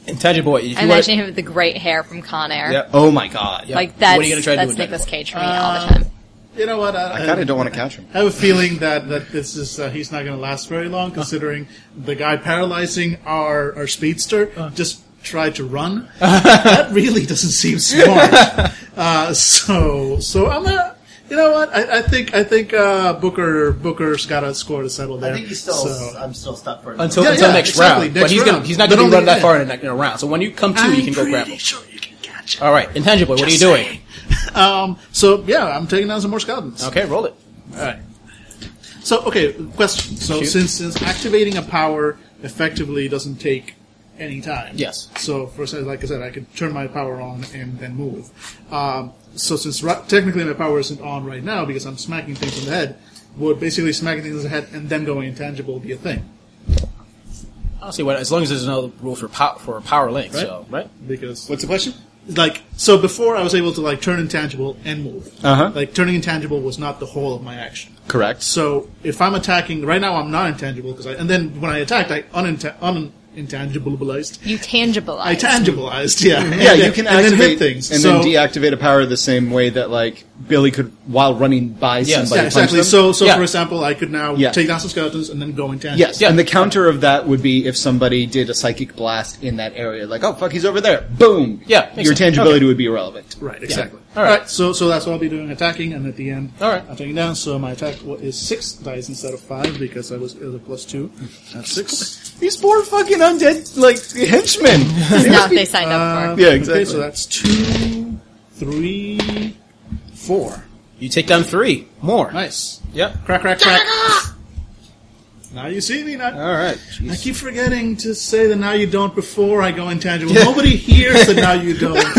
S3: Intangible. If you
S2: I
S3: wanna-
S2: imagine him with the great hair from Con Air.
S3: Yep.
S8: oh my god.
S3: Yeah.
S2: Like that's
S3: What are you gonna try to do
S2: that's
S3: with Uh,
S2: Nicolas
S3: that?
S2: Cage for me all the time.
S5: You know what?
S6: I kind of don't want to catch him.
S5: I have a feeling that, that this is uh, he's not going to last very long, considering the guy paralyzing our our speedster just tried to run. that really doesn't seem smart. Uh, so so I'm a. You know what? I, I think I think uh, Booker Booker's got a score to settle there.
S4: I think he's still.
S5: So,
S4: I'm still stuck for.
S3: until
S5: Yeah,
S3: until
S5: yeah,
S3: next
S5: exactly,
S3: round. but
S5: next
S3: he's
S5: round.
S3: gonna he's not
S5: But
S3: gonna be
S5: only
S3: run that
S5: then.
S3: far in a, in a round. So when you come to, you can go grab him.
S5: sure you can catch him.
S3: All right, intangible. What are you
S5: Just
S3: doing?
S5: saying. Um, so yeah, I'm taking down some more skeletons.
S3: Okay, roll it.
S5: All right. So okay, question. So
S3: Shoot.
S5: since since activating a power effectively doesn't take any time.
S3: Yes.
S5: So first, like I said, I could turn my power on and then move. Um, so since ri- technically my power isn't on right now because I'm smacking things in the head, would basically smacking things in the head and then going intangible be a thing?
S3: Honestly, well, as long as there's no rule for pow- for power link,
S5: Right.
S3: so right.
S5: Because
S8: What's the question?
S5: like so before I was able to like turn intangible and move.
S8: Uh-huh.
S5: Like turning intangible was not the whole of my action.
S8: Correct.
S5: So if I'm attacking right now, I'm not intangible because I and then when I attacked, I unintang- unintangibleized.
S2: You tangibilized.
S5: I tangibilized, yeah.
S8: Mm-hmm. Yeah,
S5: And
S8: you
S5: then-
S8: can
S5: and
S8: activate
S5: then hit things
S8: and
S5: so,
S8: then deactivate a power the same way that like Billy could while running by
S3: Yes.
S8: somebody.
S5: Yeah,
S8: punch
S5: exactly.
S8: them.
S5: So, so
S3: Yeah.
S5: for example, I could now
S8: Yeah.
S5: take down some skeletons and then go intangible.
S8: Yes,
S3: Yeah.
S8: and the counter of that would be if somebody did a psychic blast in that area, like, oh fuck, he's over there, boom.
S3: Yeah, makes
S8: your
S3: sense.
S8: tangibility would be irrelevant.
S5: Right, exactly.
S3: All right.
S5: so so that's what I'll be doing, attacking, and at the end,
S3: All right.
S5: I'm taking down. So my attack wa- is six dice instead of five because I was, it was a plus two. That's six.
S8: These poor fucking undead like henchmen.
S2: This is not what they signed up for.
S8: Yeah,
S5: Okay,
S8: exactly.
S5: so that's two, three, four.
S3: You take down three more.
S5: Nice.
S3: Yep.
S5: Crack, crack, crack. now you see me. Now,
S3: All right.
S5: I keep forgetting to say the now you don't before I go intangible. Nobody hears the now you don't when I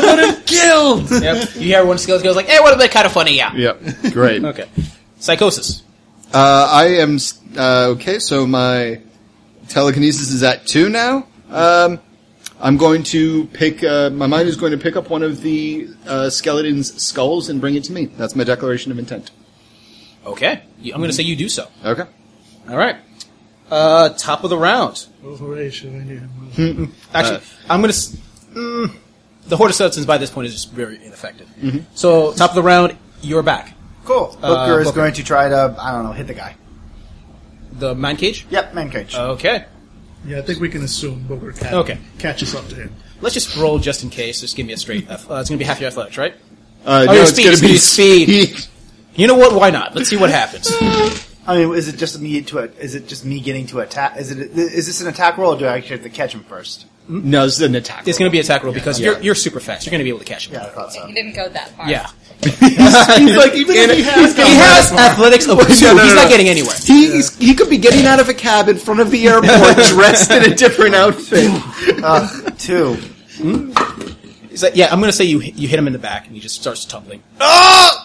S5: go intangible.
S3: Yep. You hear one skeleton goes like, "Hey, what about kind of funny?" Yeah.
S8: yep, great.
S3: Okay. Psychosis.
S6: Uh, I am s- uh, okay. So my telekinesis is at two now. Um, I'm going to pick. Uh, my mind is going to pick up one of the uh, skeleton's skulls and bring it to me. That's my declaration of intent.
S3: Okay. You- I'm going to say you do so.
S6: Okay.
S3: All right. Uh, top of the round. Actually,
S6: Uh.
S3: I'm going to. Mm, the Horde of Substance by this point is just very ineffective.
S6: Mm-hmm.
S3: So, top of the round, you're back.
S4: Cool. Booker
S3: Uh,
S4: is
S3: Booker.
S4: going to try to, I don't know, hit the guy. Uh,
S3: The man cage?
S4: Yep, man cage.
S3: Okay.
S5: Yeah, I think we can assume Booker cat
S3: Okay.
S5: catches up to him.
S3: Let's just roll just in case. Just give me a straight. Uh, it's going to be half your athletics, right?
S6: Uh,
S3: Oh, your
S6: it's
S3: speed,
S6: gonna be
S3: speed, You know what? Why not? Let's see what happens.
S4: I mean, is it just me to a, is it just me getting to attack? Is it is this an attack roll or do I actually have to catch him first?
S6: No, this is an attack.
S3: It's going to be attack roll because you're, you're super fast. You're going to be able to catch him.
S4: Yeah, I thought so.
S2: He didn't go that far.
S3: Yeah.
S6: he's like even if he has,
S3: He has athletics of two. He's not getting anywhere.
S6: he, he's- he could be getting out of a cab in front of the airport dressed in a different outfit.
S4: Uh, two.
S3: He's like, yeah, I'm going to say you hit- you hit him in the back and he just starts tumbling. Oh!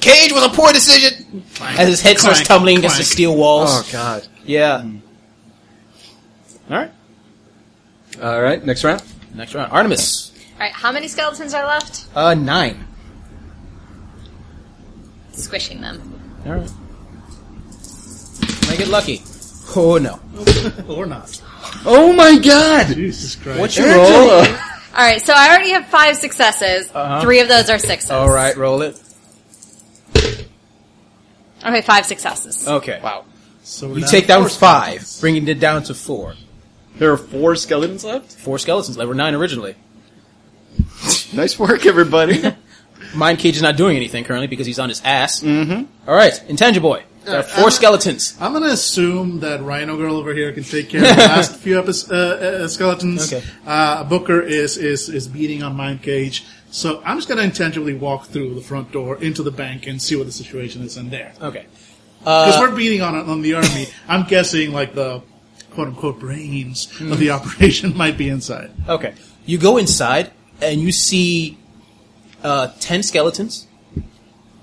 S3: Cage was a poor decision. As his head starts
S5: clank,
S3: tumbling against the
S5: clank.
S3: steel walls.
S11: Oh,
S6: God.
S3: Yeah. All right.
S11: All right, next round.
S3: Next round, Artemis.
S2: All right. How many skeletons are left?
S3: Uh, nine.
S2: Squishing them.
S3: All right. Can I get lucky? Oh no.
S5: or not.
S11: Oh my god!
S5: Jesus Christ.
S3: What's your roll?
S2: All right. So I already have five successes.
S3: Uh-huh.
S2: Three of those are sixes.
S3: All right, roll it.
S2: Okay, five successes.
S3: Okay. Wow.
S5: So we're
S3: You
S5: down
S3: take
S5: to
S3: down
S5: four
S3: five,
S5: skeletons.
S3: bringing it down to four.
S6: There are four skeletons left.
S3: Four skeletons. There were nine originally.
S6: Nice work, everybody.
S3: Mind Cage is not doing anything currently because he's on his ass. Mm-hmm. All right, Intangible Boy.
S5: Uh,
S3: There are four skeletons.
S5: I'm gonna assume that Rhino Girl over here can take care of the last few epi- uh, uh, skeletons.
S3: Okay.
S5: Uh, Booker is, is is beating on Mind Cage, so I'm just gonna intentionally walk through the front door into the bank and see what the situation is in there.
S3: Okay. Uh,
S5: Because we're beating on on the army, I'm guessing like the quote unquote brains of
S3: Hmm.
S5: the operation might be inside.
S3: Okay. You go inside and you see uh, ten skeletons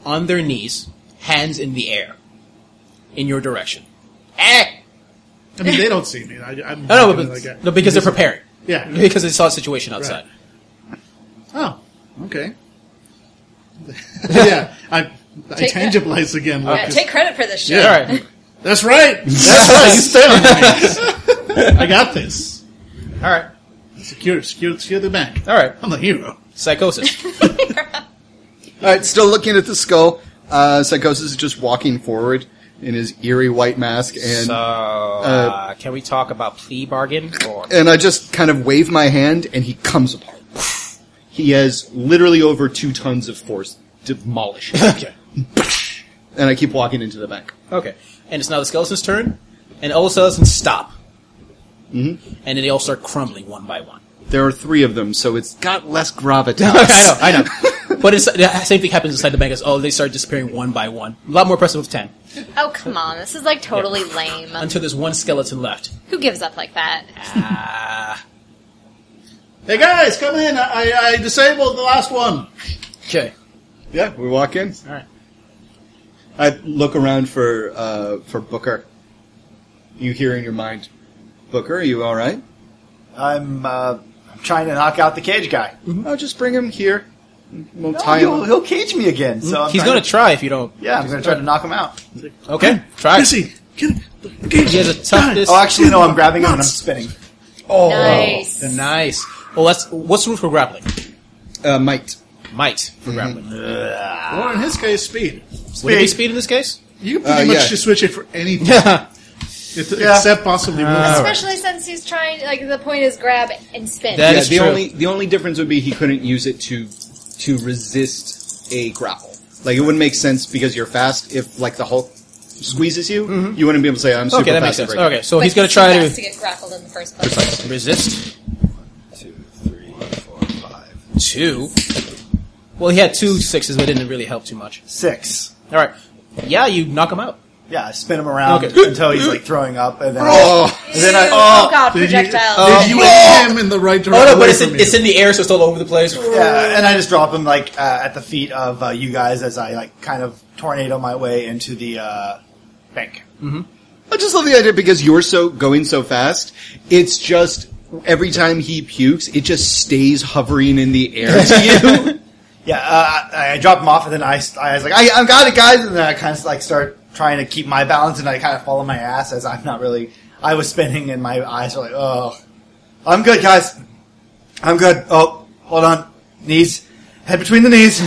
S3: on their knees, hands in the air, in your direction. Eh!
S5: I mean, they don't see me. I, I'm
S3: No,
S5: gonna,
S3: no, but,
S5: like, uh,
S3: no, because they're preparing.
S5: yeah.
S3: Because they saw a situation outside.
S5: Oh, okay. yeah, I, I
S2: Take that.
S5: tangibilize again. Like,
S2: Yeah, take credit for this shit.
S5: Yeah.
S3: All right.
S5: That's right. That's right. You stay on me. I got this.
S3: All right.
S5: Secure, secure, secure the bank.
S3: All right.
S5: I'm the hero.
S3: Psychosis.
S6: All right, still looking at the skull. Uh, Psychosis is just walking forward in his eerie white mask, and
S3: so, uh, can we talk about plea bargain? Or
S6: and I just kind of wave my hand, and he comes apart. He has literally over two tons of force demolished. okay. And I keep walking into the bank.
S3: okay, and it's now the skeleton's turn, and all the skeletons stop, mm-hmm. and then they all start crumbling one by one.
S6: There are three of them, so it's got less gravitas.
S3: I know, I know. But it's, the same thing happens inside the bank as oh, they start disappearing one by one. A lot more impressive with ten
S2: Oh come on, this is like totally lame.
S3: until there's one skeleton left.
S2: Who gives up like that?
S5: Hey guys, come in. I, I, I disabled the last one.
S3: Okay,
S6: Yeah, we walk in.
S3: all right.
S6: I look around for uh, for Booker. You hear in your mind, Booker, are you all right?
S4: I'm uh, I'm trying to knock out the cage guy.
S3: Mm-hmm.
S6: I'll just bring him here. We'll
S4: No,
S6: tie him
S4: he'll,
S6: up.
S4: he'll cage me again. So I'm
S3: He's
S4: trying
S3: gonna try if you don't.
S4: yeah, I'm gonna try to knock him out.
S3: Okay, try.
S5: Missy, get the cage.
S3: He has a toughness.
S4: Oh, actually, no, I'm grabbing him and I'm spinning.
S2: nice.
S3: Nice. Well, that's what's the rule for grappling?
S6: Uh, might.
S3: Might for grappling.
S5: Or in his case, speed.
S3: Would it be speed in this case?
S5: You can pretty
S6: Uh,
S5: much
S6: yeah.
S5: just switch it for anything, if- except possibly movement.
S2: Especially since he's trying. Like the point is grab and spin.
S3: That
S6: yeah,
S3: is
S6: the
S3: true.
S6: only the only difference would be he couldn't use it to to resist a grapple. Like it wouldn't make sense because you're fast. If like the Hulk squeezes you, you wouldn't be able to say I'm super
S3: Okay, that makes
S6: fast.
S3: sense.
S6: and break it."
S3: Okay, so
S2: But
S3: he's gonna
S2: too
S3: try
S2: fast
S3: to
S2: to get grappled in the first place.
S3: resist
S11: Two, three, four, five.
S3: two. Well, he had two sixes, but it didn't really help too much.
S4: Six.
S3: All right, yeah, you knock him out.
S4: Yeah, I spin him around
S3: Okay.
S4: until he's like throwing up, and then, and then I,
S12: Oh, god,
S5: Did you-
S12: projectiles.
S6: Oh.
S5: Did you aim him in the right direction?
S3: Oh no, but
S5: away
S3: it's
S5: from
S3: in,
S5: you?
S3: it's in the air, so it's all over the place.
S4: yeah, and I just drop him like uh, at the feet of uh, you guys as I like kind of tornado my way into the uh, bank.
S6: I just love the idea because you're so going so fast. It's just every time he pukes, it just stays hovering in the air to you.
S4: Yeah, uh, I, I drop him off, and then I, I was like, I, I got it, guys, and then I kind of like start trying to keep my balance, and I kind of fall on my ass as I'm not really. I was spinning, and my eyes are like, oh, I'm good, guys, I'm good. Oh, hold on, knees, head between the knees,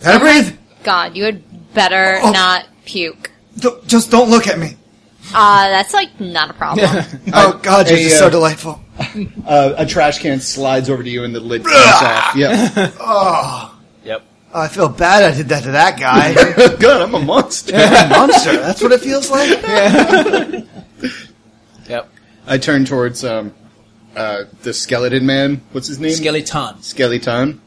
S4: gotta breathe.
S2: God, you had better
S4: Oh.
S2: not puke.
S4: Don't- just don't look at me.
S2: Uh, that's like not a problem.
S4: Oh God, you're
S6: a,
S4: just
S6: uh,
S4: so delightful.
S6: uh, a trash can slides over to you and the lid comes off. Yeah.
S4: Oh, I feel bad I did that to that guy.
S6: God, I'm a monster.
S4: Monster, that's what it feels like.
S3: Yep.
S6: I turn towards um, uh, the skeleton man. What's his name?
S3: Skeletons.
S6: skeleton.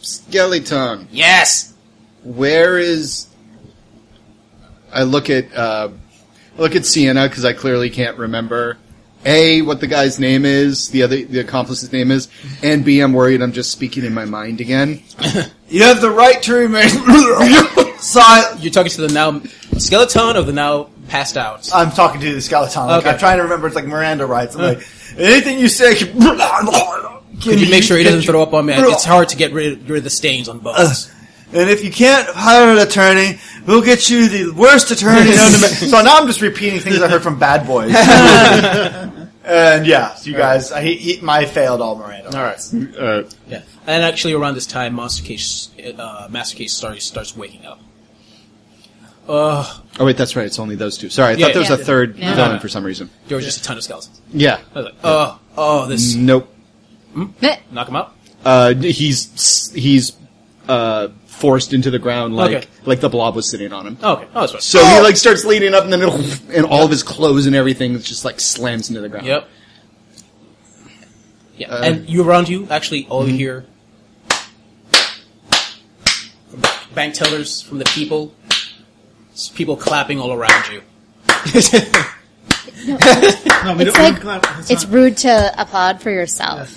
S6: Skeleton.
S3: Yes.
S6: Where is? I look at uh, I look at Sienna because I clearly can't remember a what the guy's name is, the other the accomplice's name is, and b I'm worried I'm just speaking in my mind again.
S4: You have the right to remain silent.
S3: You're talking to the now skeleton of the now passed out.
S4: I'm talking to the skeleton. Like,
S3: Okay.
S4: I'm trying to remember. It's like Miranda rights. I'm like, anything you say. Can, Can
S3: Could you make sure he doesn't throw up on me?
S4: Ugh.
S3: It's hard to get rid, rid of the stains on bones.
S4: And if you can't hire an attorney, we'll get you the worst attorney. known to man. So now I'm just repeating things I heard from Bad Boys. and yeah, you guys, I, he, he, my failed all Miranda.
S3: All right.
S6: Uh,
S3: Yeah. And actually, around this time, Monster Case, uh, Master Case starts starts waking up. Uh,
S6: oh wait, that's right. It's only those two. Sorry, I
S3: Yeah,
S6: thought there was
S3: yeah.
S6: a third
S2: No.
S6: villain for some reason.
S3: there was just a ton of skeletons.
S6: Yeah.
S3: I was like, oh, oh, this
S6: Nope.
S2: Meh.
S3: knock him out.
S6: Uh, he's he's uh, forced into the ground like
S3: Okay.
S6: like the blob was sitting on him.
S3: Oh, okay. Oh, that's right.
S6: So he like starts leading up, and then it'll, and all of his clothes and everything just like slams into the ground.
S3: Yep. Yeah.
S6: Uh,
S3: and you around you actually all you
S6: mm-hmm.
S3: hear from the bank tellers from the people, It's people clapping all around you.
S5: No, we
S2: It's
S5: don't- we
S2: like
S5: don't clap. That's
S2: it's
S5: not-
S2: rude to applaud for yourself.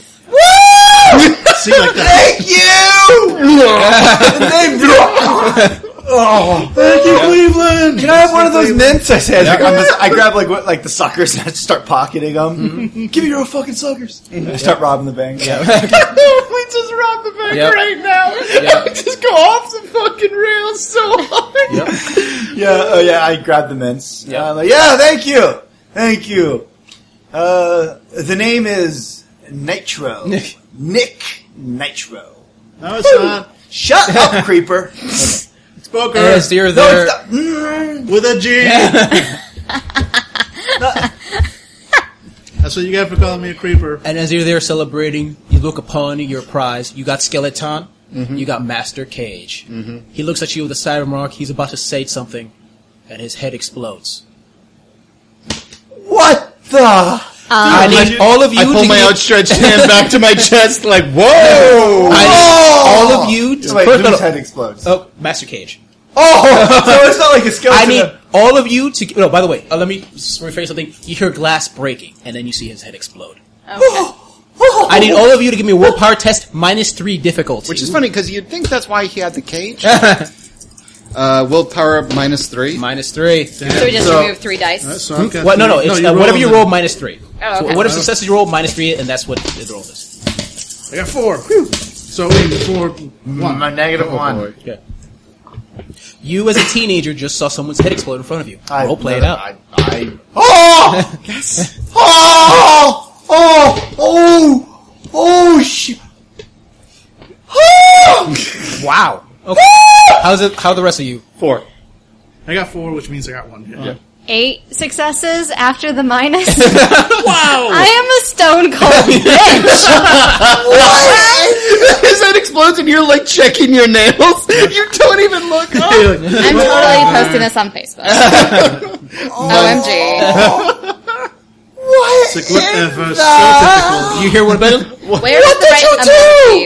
S5: see like that.
S4: Thank you! And they- oh, thank you, Cleveland! Can I have one of those mints? I said, like, I'm just- I grab like what, like the suckers and I just start pocketing them.
S3: Mm-hmm.
S4: Give me your own fucking suckers. I start robbing the bank.
S6: we just robbed the bank
S3: Yep.
S6: right now.
S3: Yep.
S6: just go off the fucking rails so hard.
S4: Yeah, oh yeah, I grab the mints.
S3: Yeah.
S4: Yeah, like, yeah, thank you, thank you. Uh, the name is Nitro.
S3: Nick.
S4: Nick Nitro.
S5: No, it's not.
S4: Shut up, creeper.
S5: It's poker.
S3: As you're
S4: No,
S3: there,
S4: it's not. Mm.
S5: with a G. That's what you get for calling me a creeper.
S3: and as you're there celebrating, you look upon your prize. You got Skeleton.
S6: Mm-hmm.
S3: You got Master Cage. Mm-hmm. He looks at you with a side remark. He's about to say something, and his head explodes.
S4: What the?
S3: I need all of you.
S6: I pull
S3: to
S6: my
S3: give-
S6: outstretched hand back to my chest, like whoa.
S3: I
S4: Oh!
S3: need all of you. To,
S4: Wait,
S3: first-
S4: whose head explodes?
S3: oh, Master Cage.
S4: Oh, so it's not like a skeleton.
S3: I need all of you to. No, by the way, uh, let me s- rephrase something. You hear glass breaking, and then you see his head explode.
S2: Oh,
S3: I need all of you to give me a willpower test minus three difficulty.
S6: Which is funny because you'd think that's why he had the cage. uh, willpower up minus three.
S3: minus three.
S5: Damn.
S2: So we just
S4: So-
S2: remove three dice.
S5: So I've got
S3: What? No, no.
S5: three-
S3: It's
S5: you
S3: uh, whatever
S5: on
S3: you
S5: the-
S3: roll minus three.
S2: Oh,
S3: So
S2: okay.
S3: whatever successes you roll minus three, and that's what the roll is.
S5: I got four. Whew. So wait, four, one.
S4: my negative one.
S6: boy.
S3: Yeah. You, as a teenager, just saw someone's head explode in front of you.
S4: I-
S3: roll play
S4: no,
S3: it out.
S4: I, I, oh! yes. Oh! Oh! Oh! Oh! Sh- oh!
S3: wow. Okay. How's it? How the rest of you?
S6: Four.
S5: I got four, which means I got one. Yeah.
S2: Eight successes after the minus. wow! I am a stone cold bitch.
S6: His head explodes, and you're like checking your nails. you don't even look up.
S2: I'm totally posting this on Facebook. OMG.
S5: It's like, what the- uh, so typical.
S3: You hear one better?
S2: Where's
S8: What
S2: the
S8: did you
S2: right
S8: do?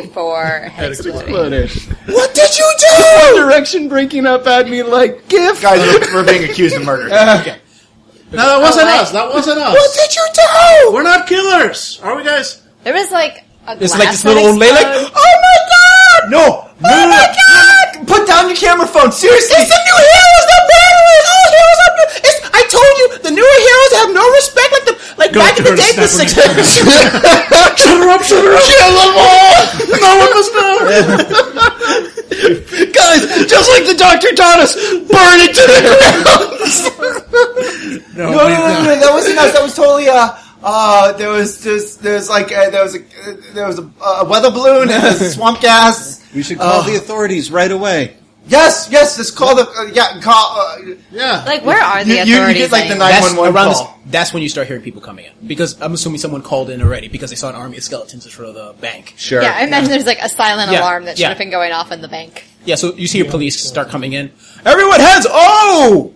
S2: emoji for head exploding?
S8: What did you do? One Direction breaking up at me like gift.
S4: Guys, we're, we're being accused of murder.
S5: No, that wasn't
S2: I-
S5: us. That wasn't us.
S8: What did you do?
S5: We're not killers, are we, guys?
S2: There was like a glass
S3: It's like this
S2: that
S3: little old lady. Like,
S2: exploded.
S3: oh my god!
S4: No! Oh my god! Put down your camera phone, seriously!
S3: It's the new heroes, the bad ones. All Oh, heroes are good. It's, I told you, the newer heroes have no respect like the like back in the
S5: turn,
S3: day for
S5: snap
S3: six. shut her up! Shut her up! Kill them all! No one must know. Guys, just like the doctor taught us, burn it to the
S4: No,
S6: Oh,
S4: no, no, no, no, that wasn't us. That was totally uh uh there was just there was like uh, there was a uh, there was a, a weather balloon and a swamp gas.
S6: We should call
S4: Oh.
S6: the authorities right away.
S4: Yes, yes, just call the uh, yeah, call uh, you,
S5: Yeah.
S2: Like, where are the
S4: you, you
S2: authorities?
S4: get like the
S2: anyway?
S4: 911
S3: around
S4: call.
S3: this- that's when you start hearing people coming in because I'm assuming someone called in already because they saw an army of skeletons in front of the bank.
S6: Sure.
S2: Yeah, I imagine there's like a silent
S3: Yeah,
S2: alarm that should
S3: yeah.
S2: have been going off in the bank.
S3: Yeah, so you see your police start coming in. Everyone hands. Oh,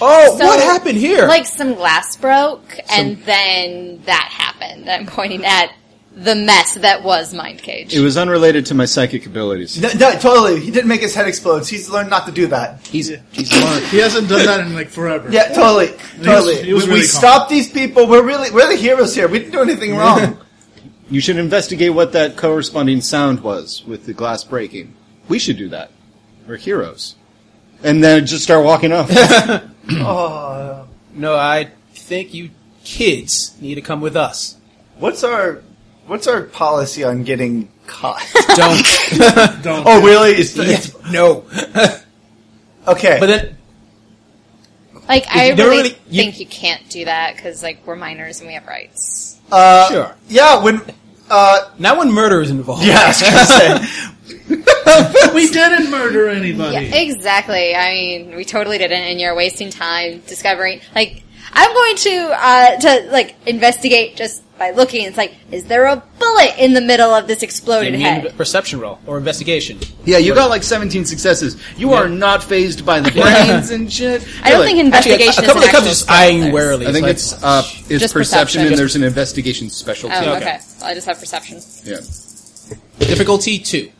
S3: oh,
S2: So,
S3: what happened here?
S2: Like some glass broke, and then that happened. I'm pointing at the mess that was Mind Cage.
S6: It was unrelated to my psychic abilities.
S4: No, no, totally. He didn't make his head explode. He's learned not to do that.
S3: he's he's learned.
S5: He hasn't done that in like forever.
S4: Yeah, totally, totally.
S5: he was
S4: we,
S5: really
S4: we
S5: calm.
S4: stopped these people. We're really we're the heroes here. We didn't do anything wrong.
S6: You should investigate what that corresponding sound was with the glass breaking. We should do that. We're heroes. And then just start walking off.
S4: oh,
S3: No, I think you kids need to come with us.
S4: what's our what's our policy on getting caught?
S3: Don't.
S5: Don't.
S4: oh, really? It's, it's,
S3: no.
S4: okay.
S3: But then
S2: like, I
S3: They're
S2: really,
S3: really- you-
S2: think you can't do that because like we're minors and we have rights.
S4: uh,
S3: sure.
S4: Yeah, when uh,
S3: Not when murder is involved.
S4: yeah, I was gonna say.
S5: we didn't murder anybody.
S2: Yeah, exactly. I mean, we totally didn't, and you're wasting time discovering. Like, I'm going to uh, to like investigate just by looking. It's like, is there a bullet in the middle of this
S3: You
S2: exploded
S3: need
S2: head?
S3: a perception roll or investigation.
S8: Yeah, you got like 17 successes. You are not phased by the brains and shit.
S2: I don't
S8: You're
S2: think
S8: like-
S3: Actually, a,
S2: investigation.
S3: a couple
S2: is
S3: of
S2: an
S3: the cops
S2: actual
S3: just
S2: skill.
S3: eyeing
S2: There's-
S3: warily.
S8: I think
S3: like,
S8: it's uh, it's
S2: Just
S8: perception,
S2: perception.
S8: and there's an investigation specialty.
S2: Oh,
S3: Okay.
S2: okay. I just have perception.
S8: Yeah.
S3: difficulty two.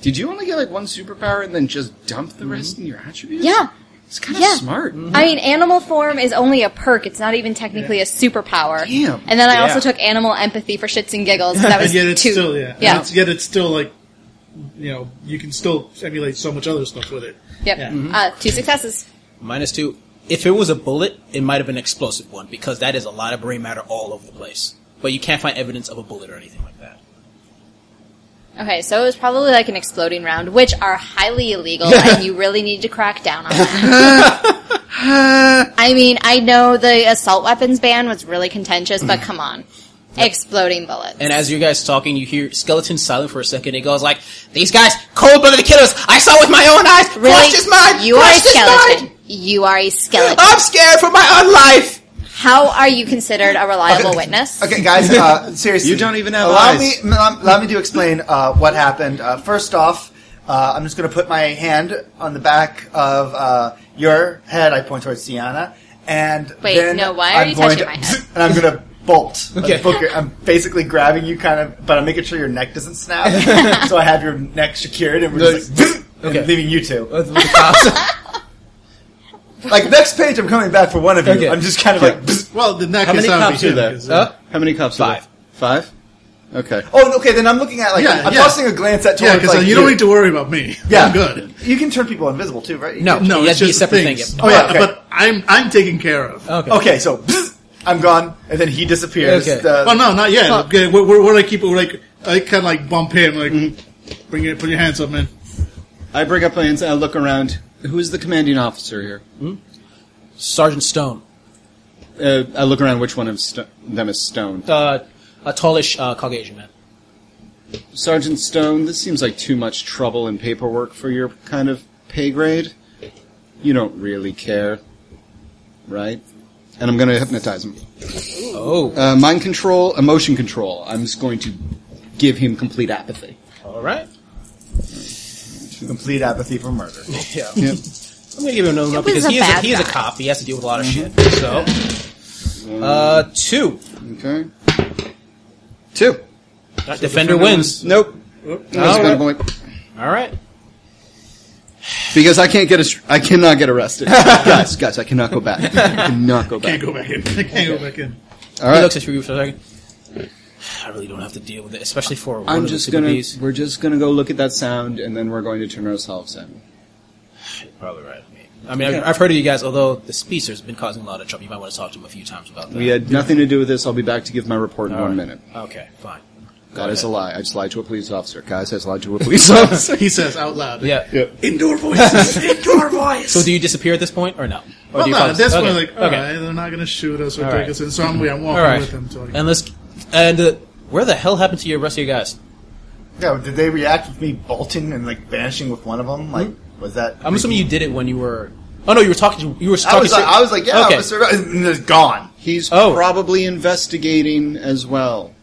S8: Did you only get like one superpower and then just dump the rest in your attributes?
S2: Yeah.
S8: It's kind of
S2: Yeah.
S8: smart.
S2: I mean, animal form is only a perk. It's not even technically a superpower.
S8: Damn.
S2: And then I also
S3: Yeah.
S2: took animal empathy for shits and giggles. 'cause That was
S5: And yet it's
S2: two.
S5: still yeah. And
S2: Yeah.
S5: it's- yet it's still like you know you can still emulate so much other stuff with it.
S2: Yep.
S5: Yeah.
S3: Mm-hmm.
S2: Uh, two successes.
S3: Minus two. If it was a bullet, it might have been an explosive one because that is a lot of brain matter all over the place. But you can't find evidence of a bullet or anything like that.
S2: Okay, so it was probably like an exploding round, which are highly illegal, and you really need to crack down on them. I mean, I know the assault weapons ban was really contentious, but come on. Exploding bullets.
S3: Mm-hmm. And as you guys talking, you hear skeleton silent for a second. It goes like, "These guys, cold blooded killers. I saw with my own eyes.
S2: really?
S3: Crushed his mind.
S2: you are a
S3: crushed his
S2: skeleton.
S3: mind.
S2: You are a skeleton.
S5: Ah!
S3: I'm scared for my own life."
S2: How are you considered a reliable witness?
S4: Okay, guys, uh, seriously.
S6: You don't even have
S4: allow
S6: eyes.
S4: Me, m- allow me to explain uh, what happened. Uh, first off, uh, I'm just going to put my hand on the back of uh, your head. I point towards Sienna. And
S2: Wait,
S4: then
S2: no, why are
S4: I'm
S2: you
S4: going
S2: touching
S4: to-
S2: my head?
S4: And I'm going to bolt.
S3: Okay.
S4: Like, book your- I'm basically grabbing you, kind of, but I'm making sure your neck doesn't snap. so I have your neck secured, and we're just like, and
S3: Okay.
S4: leaving you two.
S3: With the cops.
S4: Like next page, I'm coming back for one of you.
S3: Okay.
S4: I'm just kind of like.
S5: Well, then that
S6: How
S5: case
S6: many
S5: that would
S6: cops
S5: be
S6: are
S5: him,
S6: there?
S5: 'cause, uh,
S3: Huh?
S6: How many cops?
S3: Five.
S6: Are there? Five. Okay.
S4: Oh, okay. Then I'm looking at like
S5: Yeah,
S4: I'm
S5: yeah.
S4: tossing a glance at
S5: yeah,
S4: towards
S5: because
S4: like
S5: uh, you don't need to worry about me.
S4: Yeah.
S5: I'm good.
S4: You can turn people invisible too, right?
S3: No,
S5: No,
S3: that'd
S5: it's
S3: be a
S5: just
S3: separate
S5: things.
S3: thing.
S4: Oh, yeah,
S5: But-
S4: okay.
S5: but I'm I'm taken care of.
S3: Okay.
S4: Okay, so bzz, I'm gone, and then he disappears.
S3: Okay.
S4: The-
S5: Well, no, not yet.
S2: Huh.
S5: Okay, we're, we're, we're like keep we're like I kind of like bump him like
S2: Mm-hmm.
S5: bring it put your hands up, man.
S6: I bring up my hands and I look around. Who is the commanding officer here?
S3: Sergeant Stone,
S6: Uh, I look around. Which one of st- them is Stone?
S3: uh, a tallish uh, Caucasian man.
S6: Sergeant Stone, this seems like too much trouble and paperwork for your kind of pay grade. You don't really care, right? And I'm going to hypnotize him.
S3: Oh,
S6: Uh, mind control, emotion control. I'm just going to give him complete apathy.
S3: all right.
S4: complete apathy for murder.
S3: Yeah. I'm gonna give him another one
S2: was
S3: because
S2: a
S3: he is a,
S2: bad
S3: he is a
S2: guy.
S3: cop. He has to deal with a lot of shit. So, uh, two.
S6: Okay. Two.
S13: defender, wins.
S6: Nope. That's a good point.
S13: All right.
S6: Because I can't get a, I cannot get arrested, guys. Guys, I cannot go back. I cannot go back.
S5: Can't go back in. I can't go back in.
S6: All
S13: He
S6: right.
S13: looks at you for a second. I really don't have to deal with it, especially for one
S6: I'm
S13: of
S6: just
S13: the
S6: gonna.
S13: superbees.
S6: We're just gonna go look at that sound, and then we're going to turn ourselves in.
S13: Probably right. I mean, I've, I've heard of you guys, although the speedster's been causing a lot of trouble. You might want to talk to him a few times about that.
S6: We had nothing to do with this. I'll be back to give my report in
S13: All
S6: one
S13: right.
S6: minute.
S13: Okay, fine.
S6: That is a lie. I just lied to a police officer, guys. I just lied to a police officer.
S5: He says out loud.
S13: Yeah.
S5: Indoor voices. indoor voice.
S13: So do you disappear at this point, or no? Or
S5: well,
S13: do you
S5: no,
S13: follow-
S5: at this
S13: okay.
S5: point, like, all
S13: okay.
S5: right, they're not going to shoot us or
S13: All
S5: take
S13: right.
S5: us in. So I'm, I'm walking
S13: All right.
S5: with them. To, like,
S13: and let's. And uh, where the hell happened to your rest of your guys?
S4: No, did they react with me bolting and like vanishing with one of them? Like, was that?
S13: I'm assuming you did it when you were. Oh no, you were talking. To, you were talking.
S4: I was,
S13: to-
S6: uh,
S4: like, I was like, yeah,
S13: Okay.
S4: I was surv- Oh, and it's gone.
S6: He's
S13: Oh.
S6: probably investigating as well.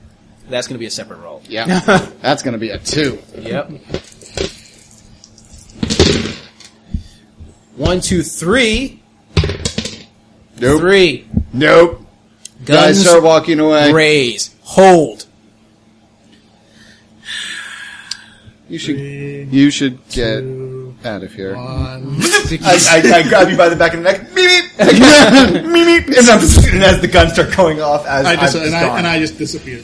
S13: That's going to be a separate role.
S6: Yeah, that's gonna be a two.
S13: Yep. One, two, three,
S6: Nope.
S13: three.
S6: Nope. Guys,
S13: Guns
S6: start walking away.
S13: raise, hold.
S6: You should. You should get out of here.
S4: I, I, I grab you by the back of the neck, meep, meep, meep, meep, and, I'm, and as the guns start going off, as
S5: I
S4: I
S5: just,
S4: just,
S5: and,
S4: gone.
S5: I, and I just disappeared.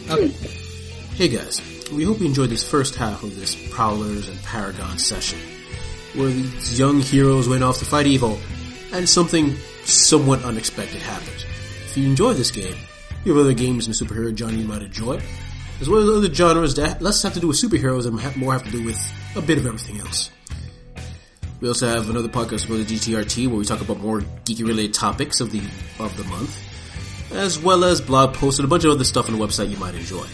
S3: Hey guys, we hope you enjoyed this first half of this Prowlers and Paragon session, where these young heroes went off to fight evil, and something somewhat unexpected happened. If you enjoyed this game, you have other games in the superhero genre you might enjoy, as well as other genres that less have to do with superheroes and ha- more have to do with a bit of everything else. We also have another podcast for the GTRT where we talk about more geeky related topics of the of the month, as well as blog posts and a bunch of other stuff on the website you might enjoy.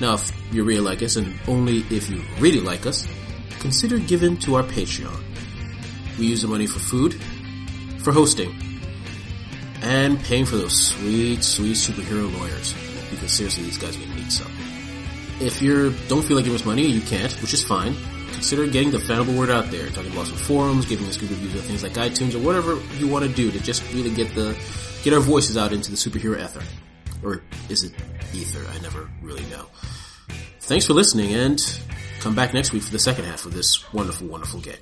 S3: Now, if you really like us, and only if you really like us, consider giving to our Patreon. We use the money for food, for hosting, and paying for those sweet, sweet superhero lawyers. Because seriously, these guys are gonna need some. If you don't feel like giving us money, you can't, which is fine. Consider getting the fanable word out there, talking about some forums, giving us good reviews on things like iTunes or whatever you want to do to just really get the get our voices out into the superhero ether. Or is it ether? I never really know. Thanks for listening and come back next week for the second half of this wonderful, wonderful game.